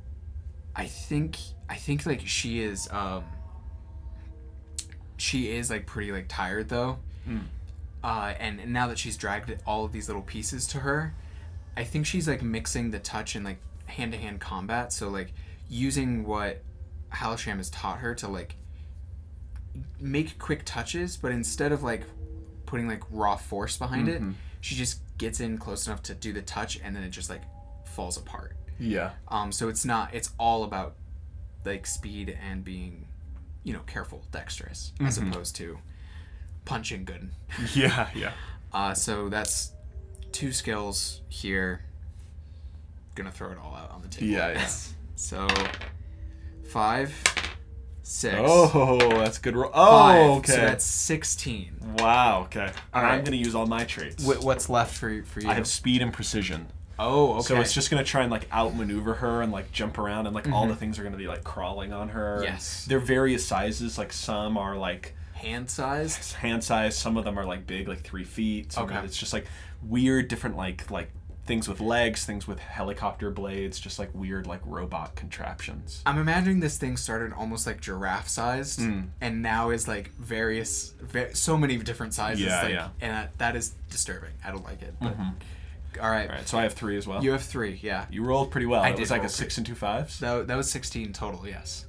[SPEAKER 1] I think I think like she is um she is like pretty like tired though.
[SPEAKER 2] Mm.
[SPEAKER 1] Uh, and, and now that she's dragged all of these little pieces to her, I think she's like mixing the touch and like hand to hand combat. So like using what Halisham has taught her to like make quick touches, but instead of like putting like raw force behind it, she just gets in close enough to do the touch and then it just like falls apart.
[SPEAKER 2] Yeah.
[SPEAKER 1] Um, so it's not. It's all about like speed and being, you know, careful, dexterous, as opposed to punching good.
[SPEAKER 2] Yeah. Yeah.
[SPEAKER 1] Uh, so that's two skills here. Gonna throw it all out on the table.
[SPEAKER 2] Yeah, yeah.
[SPEAKER 1] so five, six,
[SPEAKER 2] Oh, that's good. Ro-
[SPEAKER 1] five.
[SPEAKER 2] oh, okay.
[SPEAKER 1] So that's sixteen.
[SPEAKER 2] Wow. Okay. And I'm
[SPEAKER 1] right.
[SPEAKER 2] gonna use all my traits.
[SPEAKER 1] Wh- what's left for for you?
[SPEAKER 2] I have speed and precision,
[SPEAKER 1] oh, okay.
[SPEAKER 2] so it's just gonna try and like outmaneuver her and like jump around, and like all the things are gonna be like crawling on her. and
[SPEAKER 1] Mm-hmm. Yes.
[SPEAKER 2] They're various sizes. Like some are like
[SPEAKER 1] hand sized.
[SPEAKER 2] hand size. Some of them are like big, like three feet. Some
[SPEAKER 1] Okay.
[SPEAKER 2] of it's just like weird, different like like things with legs, things with helicopter blades, just like weird like robot contraptions.
[SPEAKER 1] I'm imagining this thing started almost like giraffe sized,
[SPEAKER 2] Hmm.
[SPEAKER 1] and now is like various, va- so many different sizes.
[SPEAKER 2] Yeah,
[SPEAKER 1] like,
[SPEAKER 2] yeah. Mm-hmm.
[SPEAKER 1] And that, that is disturbing. I don't like it. But all right.
[SPEAKER 2] All right. So I have three as well.
[SPEAKER 1] you
[SPEAKER 2] You,
[SPEAKER 1] have three. Yeah.
[SPEAKER 2] rolled pretty well.
[SPEAKER 1] I
[SPEAKER 2] it
[SPEAKER 1] did
[SPEAKER 2] was like
[SPEAKER 1] roll
[SPEAKER 2] a six and two fives.
[SPEAKER 1] That, that was 16 total. Yes.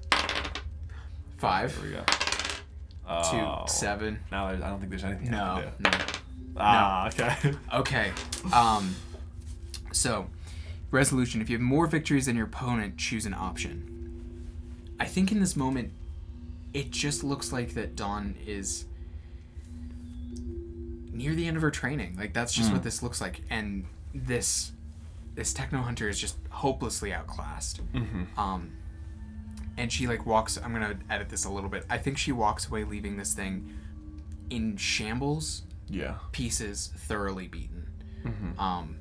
[SPEAKER 1] Five,
[SPEAKER 2] There we go.
[SPEAKER 1] two,
[SPEAKER 2] Oh.
[SPEAKER 1] seven.
[SPEAKER 2] Now there's, I don't think there's anything. I
[SPEAKER 1] No,
[SPEAKER 2] can do.
[SPEAKER 1] no.
[SPEAKER 2] Ah, okay.
[SPEAKER 1] Okay. Um, so, resolution. If you have more victories than your opponent, choose an option. I think in this moment, it just looks like that Dawn is near the end of her training. Like that's just what this looks like, and this this techno hunter is just hopelessly outclassed. Um, and she like walks. I'm gonna edit this a little bit. I think she walks away, leaving this thing in shambles
[SPEAKER 2] Yeah.
[SPEAKER 1] pieces thoroughly beaten. Um,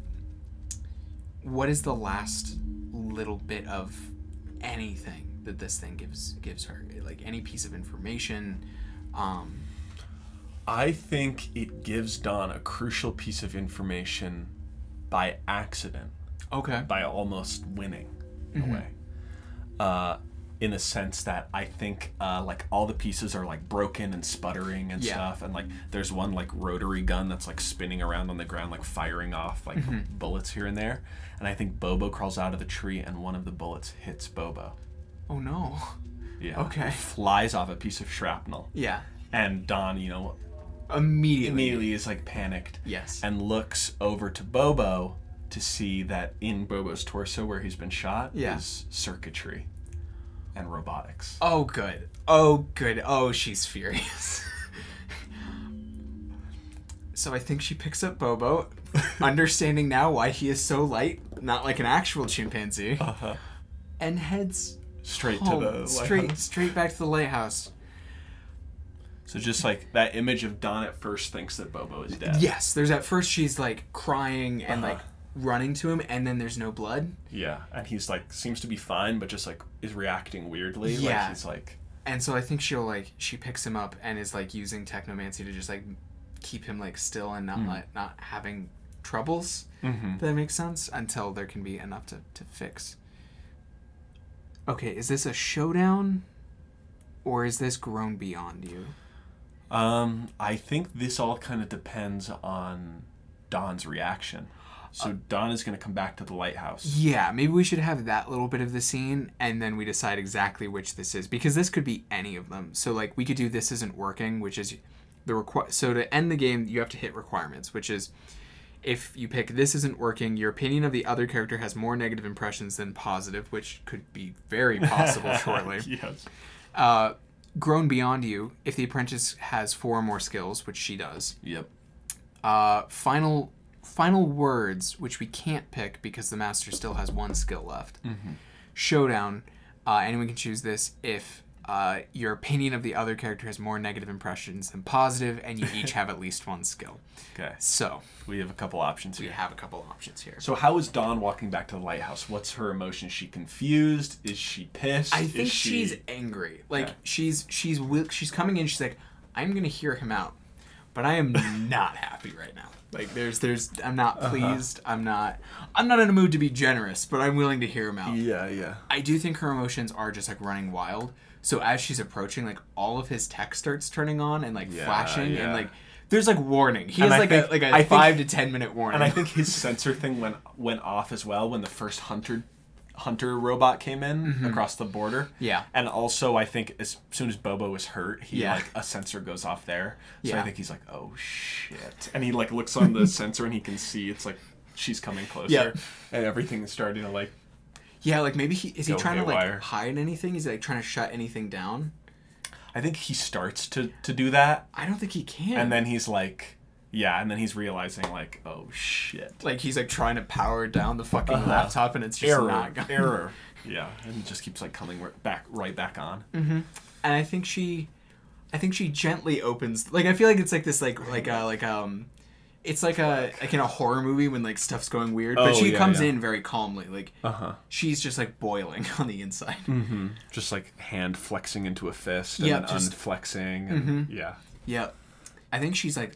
[SPEAKER 1] what is the last little bit of anything that this thing gives gives her? Like any piece of information? Um,
[SPEAKER 2] I think it gives Don a crucial piece of information by accident,
[SPEAKER 1] okay.
[SPEAKER 2] by almost winning in
[SPEAKER 1] Mm-hmm.
[SPEAKER 2] a way. Uh, in a sense that I think uh, like all the pieces are like broken and sputtering and
[SPEAKER 1] Yeah.
[SPEAKER 2] stuff, and like there's one like rotary gun that's like spinning around on the ground, like firing off like
[SPEAKER 1] Mm-hmm.
[SPEAKER 2] bullets here and there. And I think Bobo crawls out of the tree, and one of the bullets hits Bobo.
[SPEAKER 1] Oh no.
[SPEAKER 2] Yeah.
[SPEAKER 1] Okay.
[SPEAKER 2] Flies off a piece of shrapnel.
[SPEAKER 1] Yeah.
[SPEAKER 2] And Don, you know,
[SPEAKER 1] Immediately.
[SPEAKER 2] immediately is like panicked
[SPEAKER 1] Yes.
[SPEAKER 2] and looks over to Bobo to see that in Bobo's torso where he's been shot
[SPEAKER 1] Yeah.
[SPEAKER 2] is circuitry and robotics.
[SPEAKER 1] Oh good. Oh good. Oh she's furious. so I think she picks up Bobo, understanding now why he is so light, not like an actual chimpanzee,
[SPEAKER 2] Uh-huh.
[SPEAKER 1] and heads
[SPEAKER 2] Straight
[SPEAKER 1] home,
[SPEAKER 2] to the
[SPEAKER 1] Oh, straight
[SPEAKER 2] lighthouse.
[SPEAKER 1] straight back to the lighthouse.
[SPEAKER 2] So just like that image of Don at first thinks that Bobo is dead.
[SPEAKER 1] Yes, there's at first she's like crying and
[SPEAKER 2] Uh-huh.
[SPEAKER 1] like running to him, and then there's no blood,
[SPEAKER 2] Yeah, and he's like seems to be fine, but just like is reacting weirdly.
[SPEAKER 1] Yeah.
[SPEAKER 2] like, he's like
[SPEAKER 1] and so I think she'll like she picks him up and is like using technomancy to just like keep him like still and
[SPEAKER 2] Hmm.
[SPEAKER 1] not let not having troubles. If that makes sense until there can be enough to to fix. Okay, is this a showdown, or is this grown beyond you?
[SPEAKER 2] Um, I think this all kind of depends on Don's reaction. So
[SPEAKER 1] Uh,
[SPEAKER 2] Don is going to come back to the lighthouse.
[SPEAKER 1] Yeah, maybe we should have that little bit of the scene and then we decide exactly which this is because this could be any of them. So like we could do this isn't working, which is the require so to end the game you have to hit requirements, which is if you pick this isn't working, your opinion of the other character has more negative impressions than positive, which could be very possible shortly.
[SPEAKER 2] yes.
[SPEAKER 1] Uh, grown beyond you, if the apprentice has four or more skills, which she does.
[SPEAKER 2] Yep.
[SPEAKER 1] Uh, final final words, which we can't pick because the master still has one skill left. Showdown. Uh, anyone can choose this if uh, your opinion of the other character has more negative impressions than positive, and you each have at least one skill.
[SPEAKER 2] Okay.
[SPEAKER 1] So
[SPEAKER 2] We have a couple options
[SPEAKER 1] we
[SPEAKER 2] here.
[SPEAKER 1] have a couple options here.
[SPEAKER 2] So how is Dawn walking back to the lighthouse? What's her emotion? Is she confused? Is she pissed?
[SPEAKER 1] I
[SPEAKER 2] Is
[SPEAKER 1] think
[SPEAKER 2] she-
[SPEAKER 1] she's angry. Like
[SPEAKER 2] Yeah.
[SPEAKER 1] she's she's wi- she's coming in. She's like, I'm gonna hear him out, but I am not happy right now. Like there's there's I'm not
[SPEAKER 2] Uh-huh.
[SPEAKER 1] pleased. I'm not I'm not in a mood to be generous, but I'm willing to hear him out.
[SPEAKER 2] Yeah, yeah.
[SPEAKER 1] I do think her emotions are just like running wild. So as she's approaching, like all of his tech starts turning on and like
[SPEAKER 2] Yeah,
[SPEAKER 1] flashing
[SPEAKER 2] yeah.
[SPEAKER 1] and like there's like warning. He
[SPEAKER 2] And
[SPEAKER 1] has
[SPEAKER 2] I
[SPEAKER 1] like a
[SPEAKER 2] think-
[SPEAKER 1] like a
[SPEAKER 2] I think-
[SPEAKER 1] five to ten minute warning.
[SPEAKER 2] And I think his sensor thing went went off as well when the first hunter hunter robot came in across the border.
[SPEAKER 1] Mm-hmm. Yeah.
[SPEAKER 2] And also I think as soon as Bobo was hurt, he
[SPEAKER 1] Yeah.
[SPEAKER 2] like a sensor goes off there. So I
[SPEAKER 1] Yeah.
[SPEAKER 2] think he's like, "Oh shit." And he like looks on the sensor and he can see it's like she's coming closer
[SPEAKER 1] Yeah.
[SPEAKER 2] and everything is starting to like
[SPEAKER 1] yeah, like maybe he is he
[SPEAKER 2] Go
[SPEAKER 1] trying to
[SPEAKER 2] haywire.
[SPEAKER 1] like hide anything? Is he like trying to shut anything down?
[SPEAKER 2] I think he starts to to do that
[SPEAKER 1] I don't think he can.
[SPEAKER 2] and then he's like yeah, and then he's realizing like, "Oh shit."
[SPEAKER 1] like he's like trying to power down the fucking
[SPEAKER 2] Uh-huh.
[SPEAKER 1] laptop and it's just not going.
[SPEAKER 2] error. Yeah, and it just keeps like coming ri- back right back on.
[SPEAKER 1] And I think she, I think she gently opens. Like I feel like it's like this like like uh like um, it's like a like in a horror movie when like stuff's going weird, but
[SPEAKER 2] Oh,
[SPEAKER 1] she
[SPEAKER 2] yeah,
[SPEAKER 1] comes
[SPEAKER 2] yeah. Uh-huh.
[SPEAKER 1] in very calmly. Like she's just like boiling on the inside.
[SPEAKER 2] Mm. just like hand flexing into a fist and
[SPEAKER 1] Yeah,
[SPEAKER 2] then
[SPEAKER 1] just-
[SPEAKER 2] unflexing and yeah
[SPEAKER 1] Yep. I think she's like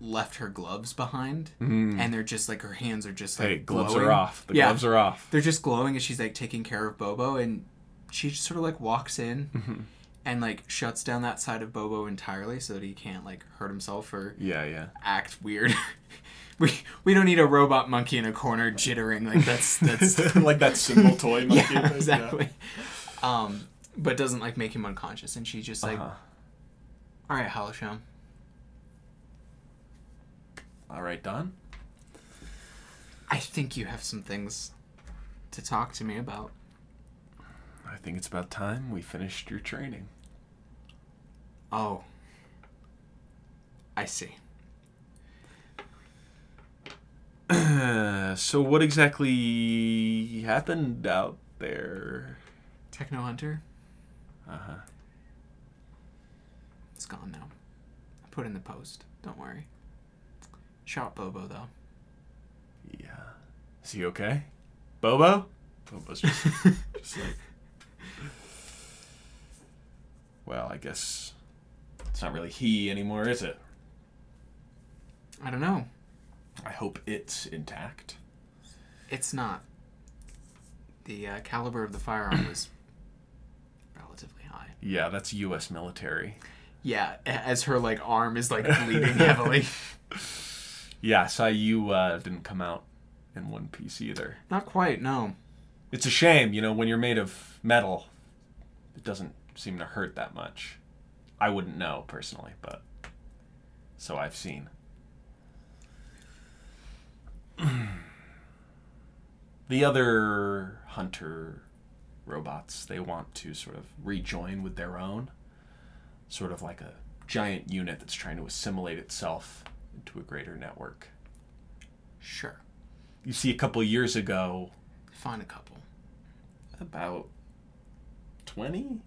[SPEAKER 1] left her gloves behind, and they're just like her hands are just like
[SPEAKER 2] Mm. hey gloves
[SPEAKER 1] glowing.
[SPEAKER 2] are off the
[SPEAKER 1] Yeah.
[SPEAKER 2] gloves are off
[SPEAKER 1] they're just glowing as she's like taking care of Bobo, and she just sort of like walks in
[SPEAKER 2] Mm-hmm.
[SPEAKER 1] and like shuts down that side of Bobo entirely so that he can't like hurt himself or
[SPEAKER 2] yeah yeah
[SPEAKER 1] act weird. we we don't need a robot monkey in a corner jittering like that's that's
[SPEAKER 2] like that symbol toy monkey thing,
[SPEAKER 1] yeah exactly. Um, but doesn't like make him unconscious, and she just like,
[SPEAKER 2] Uh-huh.
[SPEAKER 1] all right, Halisham,
[SPEAKER 2] all right don
[SPEAKER 1] I think you have some things to talk to me about.
[SPEAKER 2] i think it's about time we finished your training
[SPEAKER 1] Oh. I see.
[SPEAKER 2] so what exactly happened out there
[SPEAKER 1] Techno Hunter.
[SPEAKER 2] uh-huh
[SPEAKER 1] It's gone now. I put in the post. Don't worry. Shot Bobo though.
[SPEAKER 2] yeah is he okay bobo bobo's just, just like well i guess it's not really he anymore is it
[SPEAKER 1] I don't know.
[SPEAKER 2] I hope it's intact.
[SPEAKER 1] It's not. The uh, caliber of the firearm was relatively high.
[SPEAKER 2] Yeah, that's U.S. military.
[SPEAKER 1] Yeah, a- as her like arm is like bleeding heavily.
[SPEAKER 2] Yeah, I saw you uh, didn't come out in one piece either.
[SPEAKER 1] Not quite. No.
[SPEAKER 2] It's a shame, you know, when you're made of metal, it doesn't seem to hurt that much. I wouldn't know personally, but so I've seen. the other hunter robots, they want to sort of rejoin with their own, sort of like a giant unit that's trying to assimilate itself into a greater network.
[SPEAKER 1] Sure.
[SPEAKER 2] You see, a couple years ago,
[SPEAKER 1] Find a couple.
[SPEAKER 2] about 20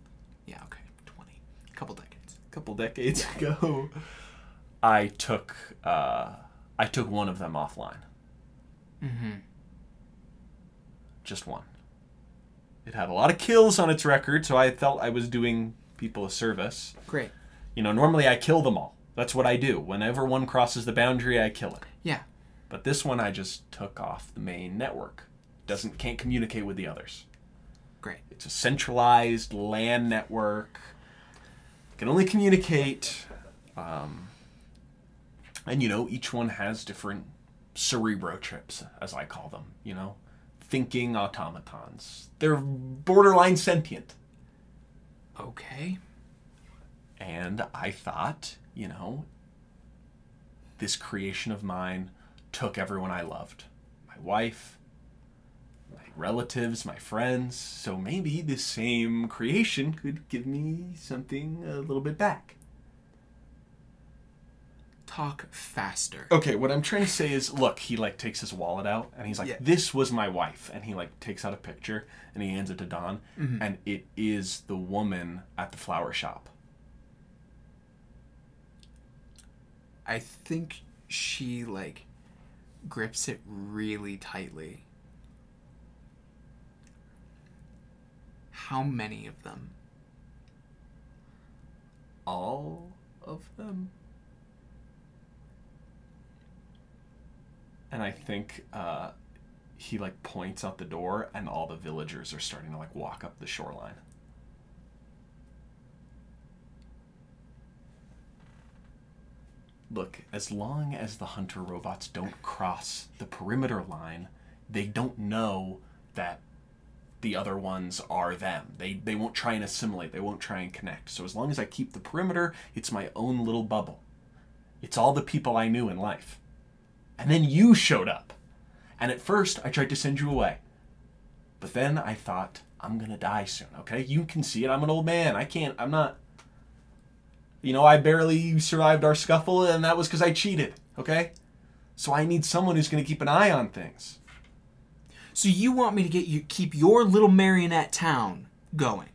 [SPEAKER 1] Yeah. Okay. Twenty. Couple decades.
[SPEAKER 2] couple decades ago, I took uh, I took one of them offline.
[SPEAKER 1] Mm-hmm.
[SPEAKER 2] just one. It had a lot of kills on its record, so I felt I was doing people a service.
[SPEAKER 1] Great.
[SPEAKER 2] You know, normally I kill them all. That's what I do. Whenever one crosses the boundary, I kill it.
[SPEAKER 1] Yeah.
[SPEAKER 2] But this one I just took off the main network. Doesn't can't communicate with the others.
[SPEAKER 1] Great.
[SPEAKER 2] It's a centralized LAN network. Can only communicate. Um, and you know, each one has different cerebro trips, as I call them. You know, thinking automatons. They're borderline sentient.
[SPEAKER 1] Okay.
[SPEAKER 2] And I thought, you know, this creation of mine took everyone I loved my wife, my relatives, my friends. So maybe this same creation could give me something a little bit back.
[SPEAKER 1] Talk faster.
[SPEAKER 2] Okay, what I'm trying to say is look, he like takes his wallet out and he's like,
[SPEAKER 1] Yeah.
[SPEAKER 2] this was my wife. And he like takes out a picture and he hands it to Don.
[SPEAKER 1] Mm-hmm.
[SPEAKER 2] And it is the woman at the flower shop.
[SPEAKER 1] I think she like grips it really tightly. How many of them?
[SPEAKER 2] all of them. And I think uh, he like points out the door, and all the villagers are starting to like walk up the shoreline. Look, as long as the hunter robots don't cross the perimeter line, they don't know that the other ones are them. They they won't try and assimilate. They won't try and connect. So as long as I keep the perimeter, it's my own little bubble. It's all the people I knew in life. And then you showed up. And at first I tried to send you away. But then I thought I'm going to die soon, okay? You can see it. I'm an old man. I can't I'm not You know, I barely survived our scuffle and that was cuz I cheated, okay? So I need someone who's going to keep an eye on things.
[SPEAKER 1] So you want me to get you keep your little marionette town going?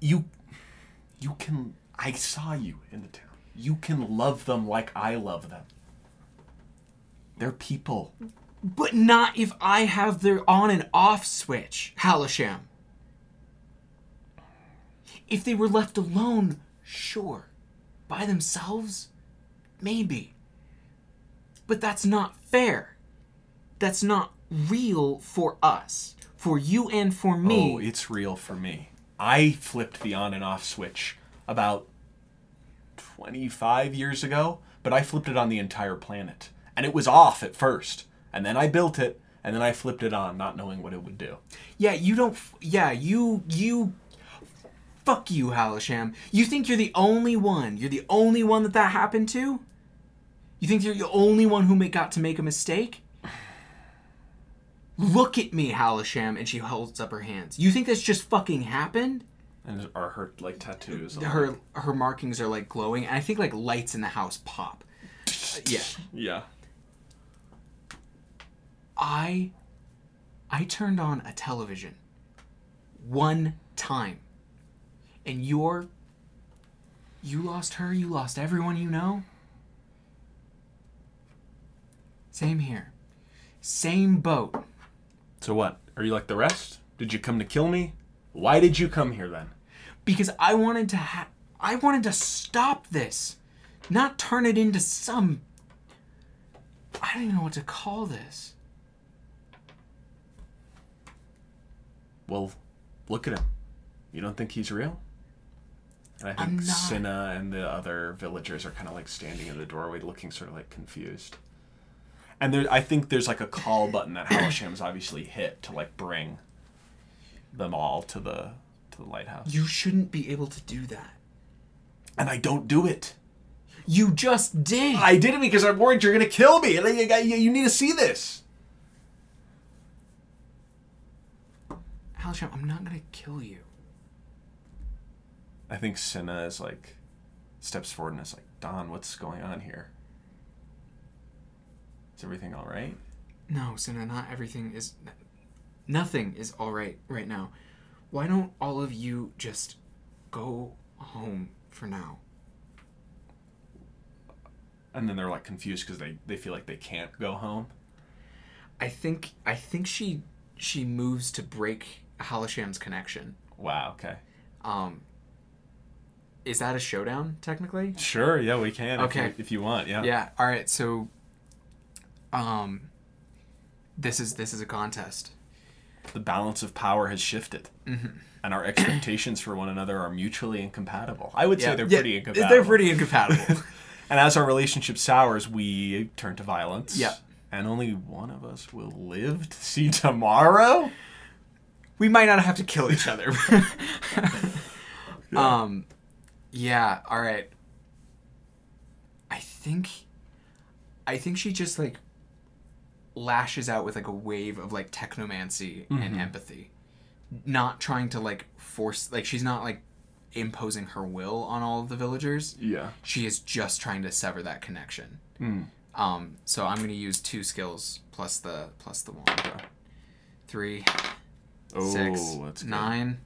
[SPEAKER 2] you you can i saw you in the town you can love them like i love them they're people
[SPEAKER 1] But not if I have their on and off switch, Halisham. If they were left alone, sure. By themselves, maybe. But that's not fair. That's not real for us, for you and for me.
[SPEAKER 2] oh it's real for me i flipped the on and off switch about 25 years ago but i flipped it on the entire planet and it was off at first and then i built it and then i flipped it on not knowing what it would do
[SPEAKER 1] Yeah, you don't. f- Yeah, you you. Fuck you, Halisham. You think you're the only one? You're the only one that that happened to? You think you're the only one who ma- got to make a mistake? Look at me, Halisham, and she holds up her hands. You think this just fucking happened?
[SPEAKER 2] and are hurt like tattoos on
[SPEAKER 1] Her her markings are like glowing, and I think like lights in the house pop. Uh, yeah.
[SPEAKER 2] yeah
[SPEAKER 1] I I turned on a television one time. And you're you lost her, you lost everyone you know. Same here. Same boat.
[SPEAKER 2] so what are you like the rest did you come to kill me why did you come here then
[SPEAKER 1] Because I wanted to ha- I wanted to stop this. Not turn it into some I don't even know what to call this.
[SPEAKER 2] Well, look at him. You don't think he's real? And I think
[SPEAKER 1] I'm not.
[SPEAKER 2] Cinna and the other villagers are kind of like standing in the doorway, looking sort of like confused. And there, I think there's like a call button that Halisham's obviously hit to like bring them all to the to the lighthouse.
[SPEAKER 1] You shouldn't be able to do that.
[SPEAKER 2] And I don't do it.
[SPEAKER 1] You just did.
[SPEAKER 2] I did it because I'm worried you're gonna kill me. And you, you, you need to see this.
[SPEAKER 1] Halisham, I'm not going to kill you.
[SPEAKER 2] I think Cinna is like steps forward and is like, Don, what's going on here? Is everything all right?
[SPEAKER 1] No, Senna, not everything is. Nothing is alright right now. Why don't all of you just go home for now?
[SPEAKER 2] and then they're like confused because they they feel like they can't go home.
[SPEAKER 1] I think I think she she moves to break Halisham's connection.
[SPEAKER 2] Wow. Okay.
[SPEAKER 1] Um, is that a showdown technically?
[SPEAKER 2] Sure. Yeah, we can.
[SPEAKER 1] Okay.
[SPEAKER 2] If you, if you want. Yeah.
[SPEAKER 1] Yeah. All right. So, um, this is this is a contest.
[SPEAKER 2] The balance of power has shifted,
[SPEAKER 1] Mm-hmm.
[SPEAKER 2] and our expectations for one another are mutually incompatible. I would say they're pretty incompatible.
[SPEAKER 1] They're pretty incompatible.
[SPEAKER 2] And as our relationship sours, we turn to violence.
[SPEAKER 1] Yep.
[SPEAKER 2] And only one of us will live to see tomorrow.
[SPEAKER 1] we might not have to kill each other. Um, yeah. All right. I think, I think she just like lashes out with like a wave of like technomancy and empathy, not trying to like force. Like she's not like imposing her will on all of the villagers.
[SPEAKER 2] Yeah.
[SPEAKER 1] She is just trying to sever that connection.
[SPEAKER 2] Hmm.
[SPEAKER 1] Um, so I'm gonna use two skills plus the plus the one. Three
[SPEAKER 2] Oh,
[SPEAKER 1] six,
[SPEAKER 2] that's good.
[SPEAKER 1] nine,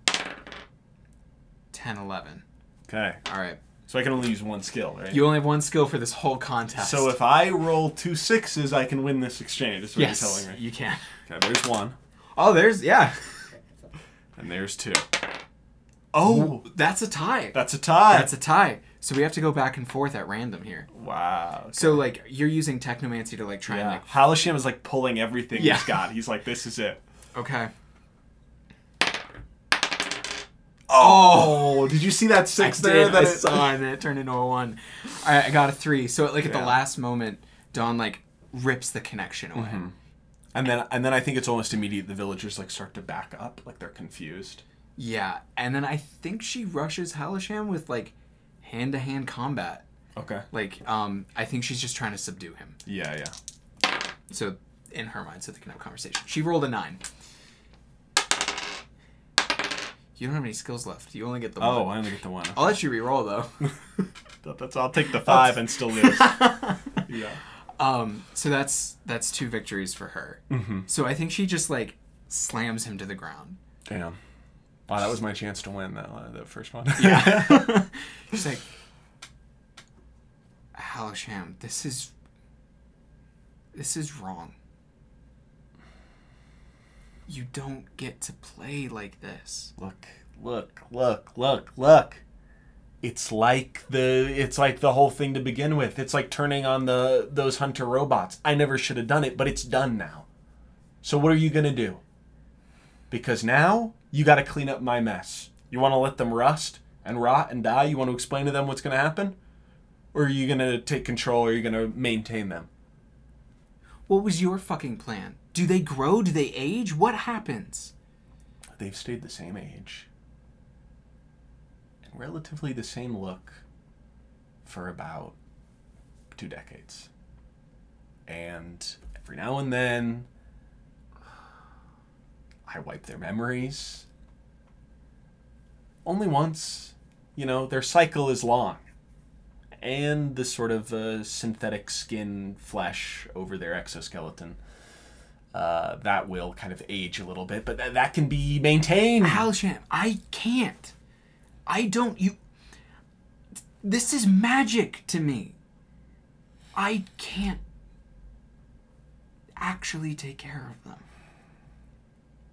[SPEAKER 1] ten, eleven.
[SPEAKER 2] Okay.
[SPEAKER 1] All right.
[SPEAKER 2] So I can only use one skill, right?
[SPEAKER 1] You only have one skill for this whole contest.
[SPEAKER 2] so if I roll two sixes, I can win this exchange. That's what
[SPEAKER 1] yes,
[SPEAKER 2] you're telling me.
[SPEAKER 1] you can.
[SPEAKER 2] Okay, there's one,
[SPEAKER 1] Oh, there's yeah.
[SPEAKER 2] and there's two. Oh,
[SPEAKER 1] That's a tie.
[SPEAKER 2] that's a tie.
[SPEAKER 1] That's a tie. So we have to go back and forth at random here.
[SPEAKER 2] wow.
[SPEAKER 1] So like you're using technomancy to like try and
[SPEAKER 2] Yeah.
[SPEAKER 1] like
[SPEAKER 2] Halisham is like pulling everything
[SPEAKER 1] Yeah.
[SPEAKER 2] he's got. He's like, this is it.
[SPEAKER 1] okay.
[SPEAKER 2] Oh, did you see that
[SPEAKER 1] I
[SPEAKER 2] six there?
[SPEAKER 1] did.
[SPEAKER 2] That
[SPEAKER 1] I
[SPEAKER 2] it-
[SPEAKER 1] saw it and it turned into a one. All right, I got a three. So like at
[SPEAKER 2] Yeah.
[SPEAKER 1] the last moment, Dawn like rips the connection away.
[SPEAKER 2] And then and then I think it's almost immediate the villagers like start to back up, like they're confused.
[SPEAKER 1] Yeah, and then I think she rushes Halisham with like hand to hand combat.
[SPEAKER 2] Okay.
[SPEAKER 1] Like, um, I think she's just trying to subdue him.
[SPEAKER 2] Yeah, yeah.
[SPEAKER 1] So, in her mind, so they can have conversation. She rolled a nine. You don't have any skills left. You only get the
[SPEAKER 2] Oh,
[SPEAKER 1] one.
[SPEAKER 2] I only get the one.
[SPEAKER 1] I'll let you re-roll though.
[SPEAKER 2] That- That's I'll take the five and still lose. yeah.
[SPEAKER 1] Um, so that's that's two victories for her. Mm-hmm. So I think she just like slams him to the ground.
[SPEAKER 2] Damn. Wow, that was my chance to win that uh, that first one. Yeah.
[SPEAKER 1] She's like, Halisham, this is this is wrong. You don't get to play like this.
[SPEAKER 2] look, look, look, look, look. It's like the it's like the whole thing to begin with. It's like turning on the those hunter robots. I never should have done it, but it's done now. So what are you gonna do? Because now you gotta clean up my mess. You wanna let them rust and rot and die? You wanna explain to them what's gonna happen? Or are you gonna take control? Or are you gonna maintain them?
[SPEAKER 1] What was your fucking plan? Do they grow? Do they age? What happens?
[SPEAKER 2] They've stayed the same age and relatively the same look for about two decades. And every now and then, I wipe their memories. Only once. You know, their cycle is long. And this sort of uh, synthetic skin flesh over their exoskeleton. Uh, that will kind of age a little bit, but tha- that can be maintained.
[SPEAKER 1] Halisham, I can't. I don't. You. This is magic to me. I can't actually take care of them.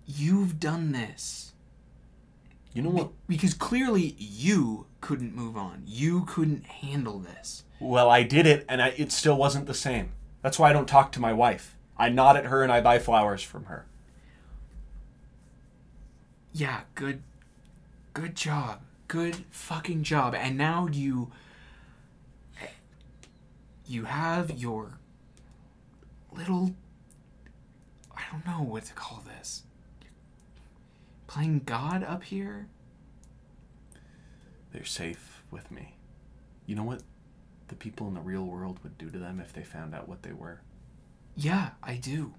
[SPEAKER 1] You've done this.
[SPEAKER 2] You know what?
[SPEAKER 1] Because clearly you couldn't move on. You couldn't handle this.
[SPEAKER 2] Well, I did it, and I, it still wasn't the same. That's why I don't talk to my wife. I nod at her and I buy flowers from her.
[SPEAKER 1] Yeah, good good job. Good fucking job. And now you you have your little I don't know what to call this. Playing God up here?
[SPEAKER 2] They're safe with me. You know what the people in the real world would do to them if they found out what they were?
[SPEAKER 1] Yeah, I do.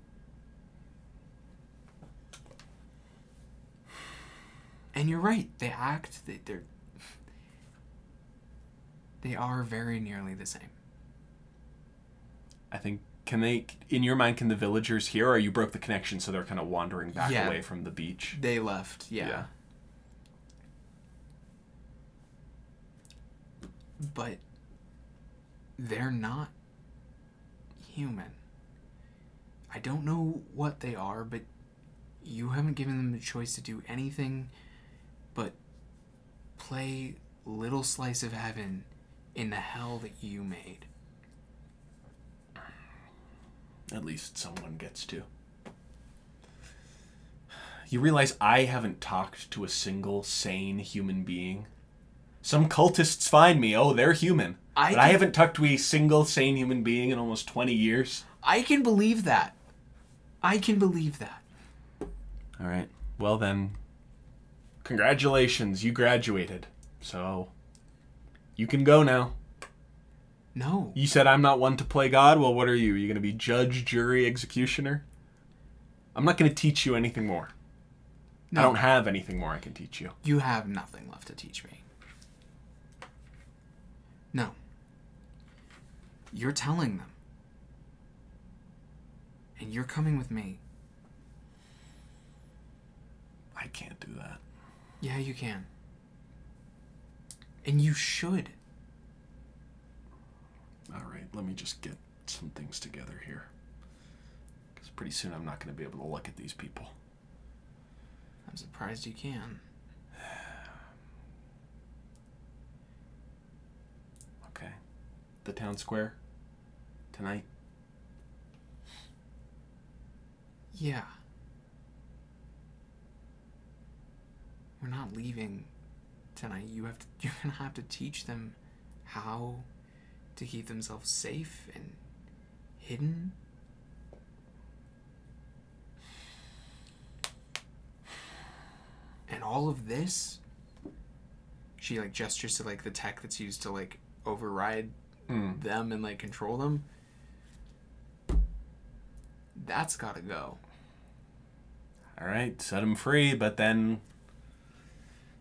[SPEAKER 1] And you're right. They act. They, they're. They are very nearly the same.
[SPEAKER 2] I think. Can they, in your mind, can the villagers hear? Or you broke the connection, so they're kind of wandering back
[SPEAKER 1] Yeah.
[SPEAKER 2] away from the beach.
[SPEAKER 1] They left. Yeah. But. They're not human. I don't know what they are, but you haven't given them the choice to do anything but play Little Slice of Heaven in the hell that you made.
[SPEAKER 2] At least someone gets to. You realize I haven't talked to a single sane human being. Some cultists find me, oh, they're human.
[SPEAKER 1] I
[SPEAKER 2] but I
[SPEAKER 1] can-
[SPEAKER 2] haven't talked to a single sane human being in almost 20 years.
[SPEAKER 1] I can believe that. I can believe that.
[SPEAKER 2] All right. Well, then, congratulations, you graduated. So, you can go now.
[SPEAKER 1] No.
[SPEAKER 2] You said I'm not one to play God. Well, what are you? Are you going to be judge, jury, executioner? I'm not going to teach you anything more.
[SPEAKER 1] No.
[SPEAKER 2] I don't have anything more I can teach you.
[SPEAKER 1] You have nothing left to teach me. No. You're telling them. And you're coming with me.
[SPEAKER 2] I can't do that.
[SPEAKER 1] Yeah, you can. And you should.
[SPEAKER 2] All right, let me just get some things together here. Because pretty soon I'm not going to be able to look at these people.
[SPEAKER 1] I'm surprised you can.
[SPEAKER 2] Okay. The town square? Tonight?
[SPEAKER 1] Yeah. We're not leaving tonight. You have to, you're gonna have to teach them how to keep themselves safe and hidden. And all of this she like gestures to like the tech that's used to like override
[SPEAKER 2] Mm.
[SPEAKER 1] them and like control them. That's gotta go.
[SPEAKER 2] All right, set them free, but then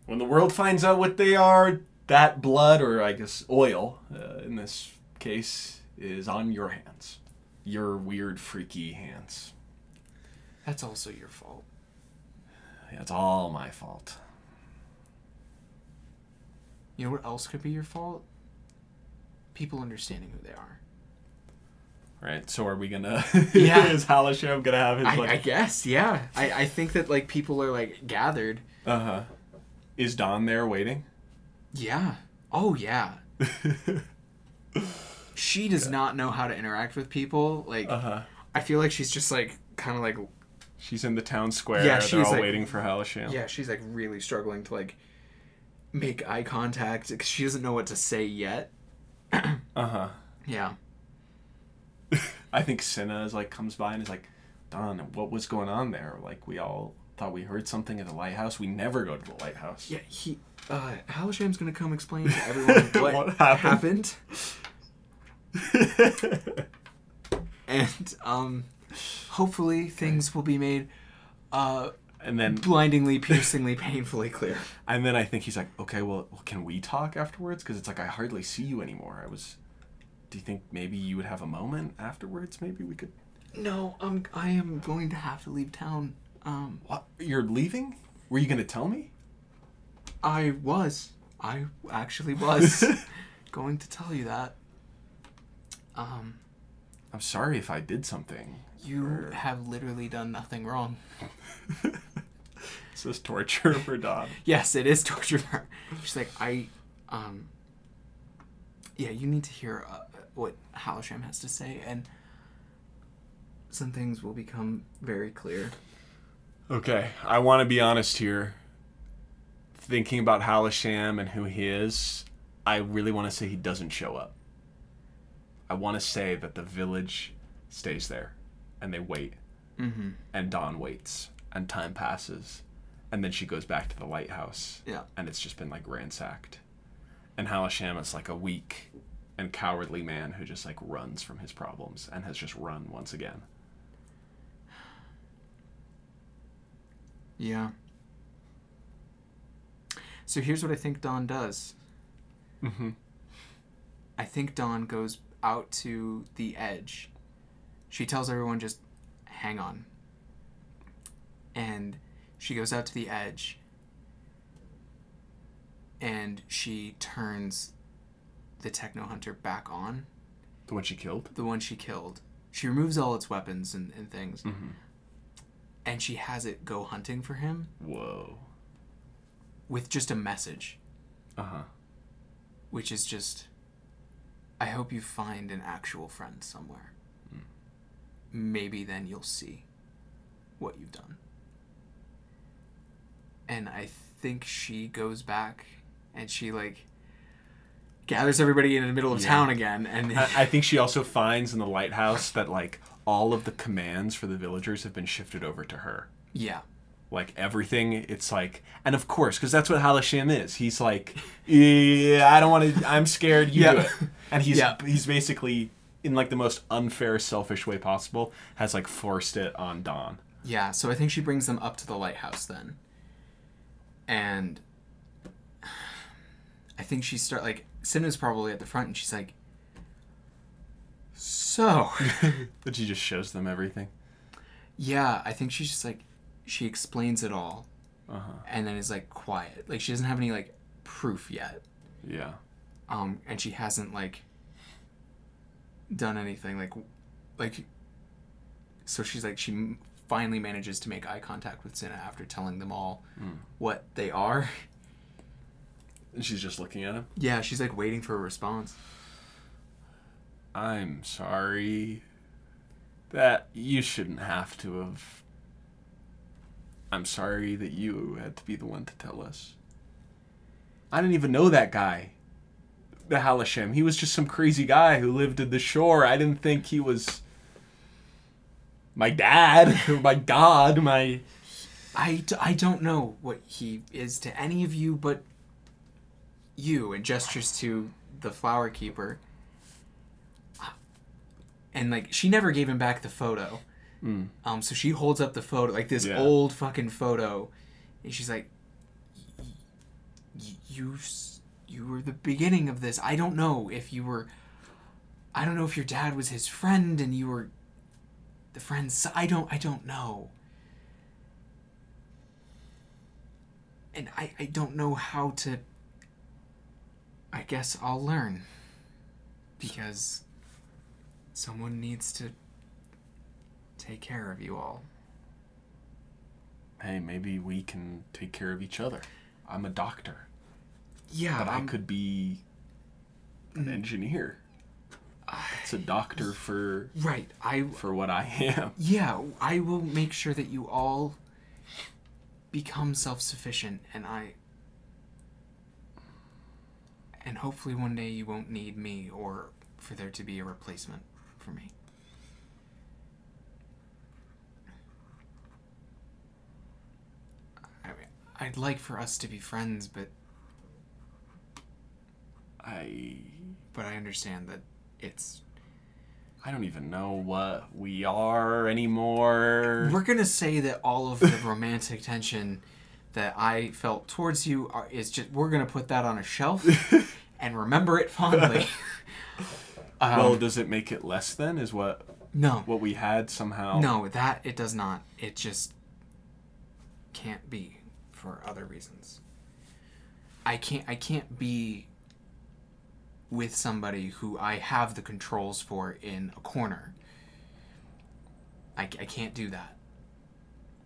[SPEAKER 2] when the world finds out what they are, that blood, or I guess oil uh, in this case, is on your hands. Your weird, freaky hands.
[SPEAKER 1] That's also your fault.
[SPEAKER 2] Yeah, It's all my fault.
[SPEAKER 1] You know what else could be your fault? People understanding who they are.
[SPEAKER 2] Right, so are we gonna.
[SPEAKER 1] Yeah.
[SPEAKER 2] is Halisham gonna have his.
[SPEAKER 1] I,
[SPEAKER 2] like,
[SPEAKER 1] I guess, yeah. I, I think that like people are like gathered.
[SPEAKER 2] Uh huh. Is Don there waiting?
[SPEAKER 1] Yeah. Oh yeah. Uh-huh. She does not know how to interact with people. Like
[SPEAKER 2] uh Oh. huh.
[SPEAKER 1] I feel like she's just like kind of like
[SPEAKER 2] She's in the town square.
[SPEAKER 1] Yeah,
[SPEAKER 2] They're
[SPEAKER 1] she's
[SPEAKER 2] all
[SPEAKER 1] like-
[SPEAKER 2] waiting for Halisham.
[SPEAKER 1] yeah, she's like really struggling to like make eye contact because she doesn't know what to say yet.
[SPEAKER 2] Uh huh.
[SPEAKER 1] Yeah.
[SPEAKER 2] I think Cinna is like comes by and is like, Don, what was going on there? Like we all thought we heard something at the lighthouse. We never go to the lighthouse.
[SPEAKER 1] Yeah, he uh Halisham's gonna come explain to everyone what,
[SPEAKER 2] What
[SPEAKER 1] happened.
[SPEAKER 2] happened?
[SPEAKER 1] and um hopefully things will be made uh
[SPEAKER 2] and then
[SPEAKER 1] blindingly piercingly painfully clear
[SPEAKER 2] and then I think he's like, okay, well, well can we talk afterwards? Because it's like I hardly see you anymore. I was. Do you think maybe you would have a moment afterwards? Maybe we could.
[SPEAKER 1] no um i am going to have to leave town um
[SPEAKER 2] What? You're leaving? Were you gonna tell me?
[SPEAKER 1] i was i actually was going to tell you that um
[SPEAKER 2] I'm sorry if I did something.
[SPEAKER 1] you have literally done nothing wrong
[SPEAKER 2] This is torture for Don.
[SPEAKER 1] yes it is torture for her. she's like i um yeah you need to hear uh, what halisham has to say and some things will become very clear
[SPEAKER 2] Okay, I want to be honest here. Thinking about Halisham and who he is, I really want to say he doesn't show up. I want to say that the village stays there and they wait.
[SPEAKER 1] mm-hmm
[SPEAKER 2] And Dawn waits and time passes. And then she goes back to the lighthouse
[SPEAKER 1] yeah
[SPEAKER 2] and it's just been like ransacked. And Halisham is like a weak and cowardly man who just like runs from his problems and has just run once again.
[SPEAKER 1] Yeah. So here's what I think Dawn does.
[SPEAKER 2] Mm-hmm.
[SPEAKER 1] I think Dawn goes out to the edge. She tells everyone just hang on. And she goes out to the edge. And she turns the techno hunter back on,
[SPEAKER 2] The one she killed?
[SPEAKER 1] the one she killed. She removes all its weapons and, and things, and she has it go hunting for him
[SPEAKER 2] Whoa.
[SPEAKER 1] with just a message,
[SPEAKER 2] Uh
[SPEAKER 1] Uh-huh.
[SPEAKER 2] huh.
[SPEAKER 1] which is just, I hope you find an actual friend somewhere.
[SPEAKER 2] Hmm.
[SPEAKER 1] Maybe then you'll see what you've done. And I think she goes back and she, like, gathers everybody in the middle of
[SPEAKER 2] Yeah.
[SPEAKER 1] town again. And
[SPEAKER 2] I, I think she also finds in the lighthouse that like all of the commands for the villagers have been shifted over to her.
[SPEAKER 1] yeah.
[SPEAKER 2] Like everything, it's like, and of course, because that's what Halasham is. He's like, yeah, I don't want to. I'm scared. You
[SPEAKER 1] Yeah.
[SPEAKER 2] do it. And he's
[SPEAKER 1] Yeah.
[SPEAKER 2] he's basically in like the most unfair, selfish way possible has like forced it on Don.
[SPEAKER 1] Yeah, so I think she brings them up to the lighthouse then. And I think she start like Cinna's probably at the front and she's like So
[SPEAKER 2] But she just shows them everything.
[SPEAKER 1] Yeah, I think she's just like she explains it all
[SPEAKER 2] Uh huh.
[SPEAKER 1] and then is like quiet. Like she doesn't have any like proof yet.
[SPEAKER 2] Yeah.
[SPEAKER 1] Um and she hasn't like done anything like like so she's like she m- finally manages to make eye contact with Cinna after telling them all what they are.
[SPEAKER 2] And she's just looking at him.
[SPEAKER 1] Yeah, she's like waiting for a response.
[SPEAKER 2] I'm sorry that you shouldn't have to have. I'm sorry that you had to be the one to tell us. I didn't even know that guy, the Halashem. He was just some crazy guy who lived at the shore. I didn't think he was my dad, or my god, my.
[SPEAKER 1] I, d- I don't know what he is to any of you but you, and gestures to the flower keeper. And like, she never gave him back the photo.
[SPEAKER 2] hmm.
[SPEAKER 1] Um, so she holds up the photo, like this
[SPEAKER 2] Yeah.
[SPEAKER 1] old fucking photo, and she's like, "Y- y- "You, s- you were the beginning of this. I don't know if you were. I don't know if your dad was his friend and you were the friend's. I don't. I don't know. And I, I don't know how to. I guess I'll learn. Because someone needs to take care of you all.
[SPEAKER 2] Hey, maybe we can take care of each other. I'm a doctor,
[SPEAKER 1] Yeah,
[SPEAKER 2] but I
[SPEAKER 1] I'm-
[SPEAKER 2] could be
[SPEAKER 1] mm.
[SPEAKER 2] an engineer. That's a doctor for
[SPEAKER 1] Right. I
[SPEAKER 2] for what I am.
[SPEAKER 1] yeah, I will make sure that you all become self-sufficient and I and hopefully one day you won't need me or for there to be a replacement for me. I mean, I'd like for us to be friends, but
[SPEAKER 2] I
[SPEAKER 1] but I understand that it's
[SPEAKER 2] I don't even know what we are anymore.
[SPEAKER 1] We're gonna say that all of the romantic tension that I felt towards you are, is just we're gonna put that on a shelf and remember it fondly. um,
[SPEAKER 2] well, does it make it less than is what
[SPEAKER 1] no,
[SPEAKER 2] what we had somehow?
[SPEAKER 1] no, that it does not. It just can't be for other reasons. I can't. I can't be with somebody who I have the controls for in a corner. I, I can't do that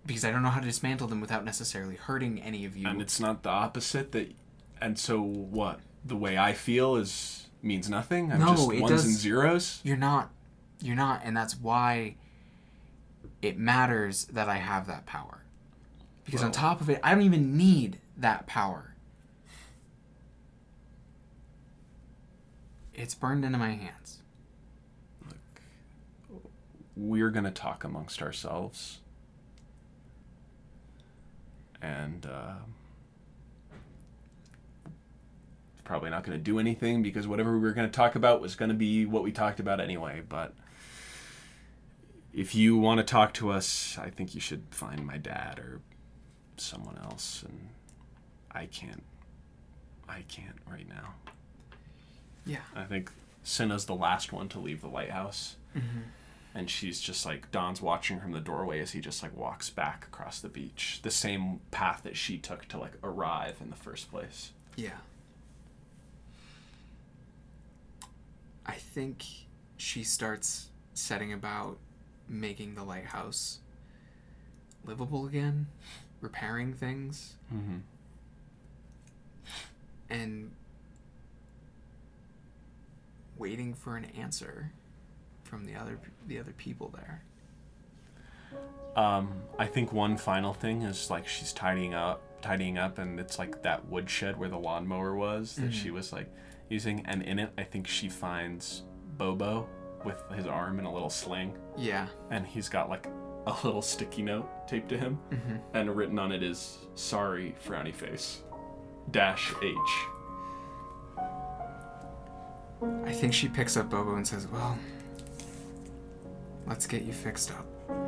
[SPEAKER 1] because I don't know how to dismantle them without necessarily hurting any of you.
[SPEAKER 2] And it's not the opposite that and so what? The way I feel is means nothing? I'm
[SPEAKER 1] No,
[SPEAKER 2] just
[SPEAKER 1] it
[SPEAKER 2] ones
[SPEAKER 1] does-
[SPEAKER 2] and zeros?
[SPEAKER 1] you're not you're not and that's why it matters that i have that power because on
[SPEAKER 2] Well-
[SPEAKER 1] top of it i don't even need that power it's burned into my hands
[SPEAKER 2] We're gonna talk amongst ourselves. And uh probably not going to do anything because whatever we were going to talk about was going to be what we talked about anyway. But if you want to talk to us, I think you should find my dad or someone else. And I can't. I can't right now.
[SPEAKER 1] Yeah.
[SPEAKER 2] I think Cinna's the last one to leave the lighthouse.
[SPEAKER 1] Mm-hmm.
[SPEAKER 2] And she's just like, Don's watching from the doorway as he just like walks back across the beach, the same path that she took to like arrive in the first place.
[SPEAKER 1] yeah i think she starts setting about making the lighthouse livable again, repairing things,
[SPEAKER 2] Mm-hmm.
[SPEAKER 1] and waiting for an answer from the other the other people there.
[SPEAKER 2] Um, I think one final thing is like she's tidying up, tidying up, and it's like that woodshed where the lawnmower was that she was like using, and in it, I think she finds Bobo with his arm in a little sling,
[SPEAKER 1] Yeah.
[SPEAKER 2] and he's got like a little sticky note taped to him, and written on it is "Sorry, frowny face," dash H.
[SPEAKER 1] I think she picks up Bobo and says, "Well, let's get you fixed up."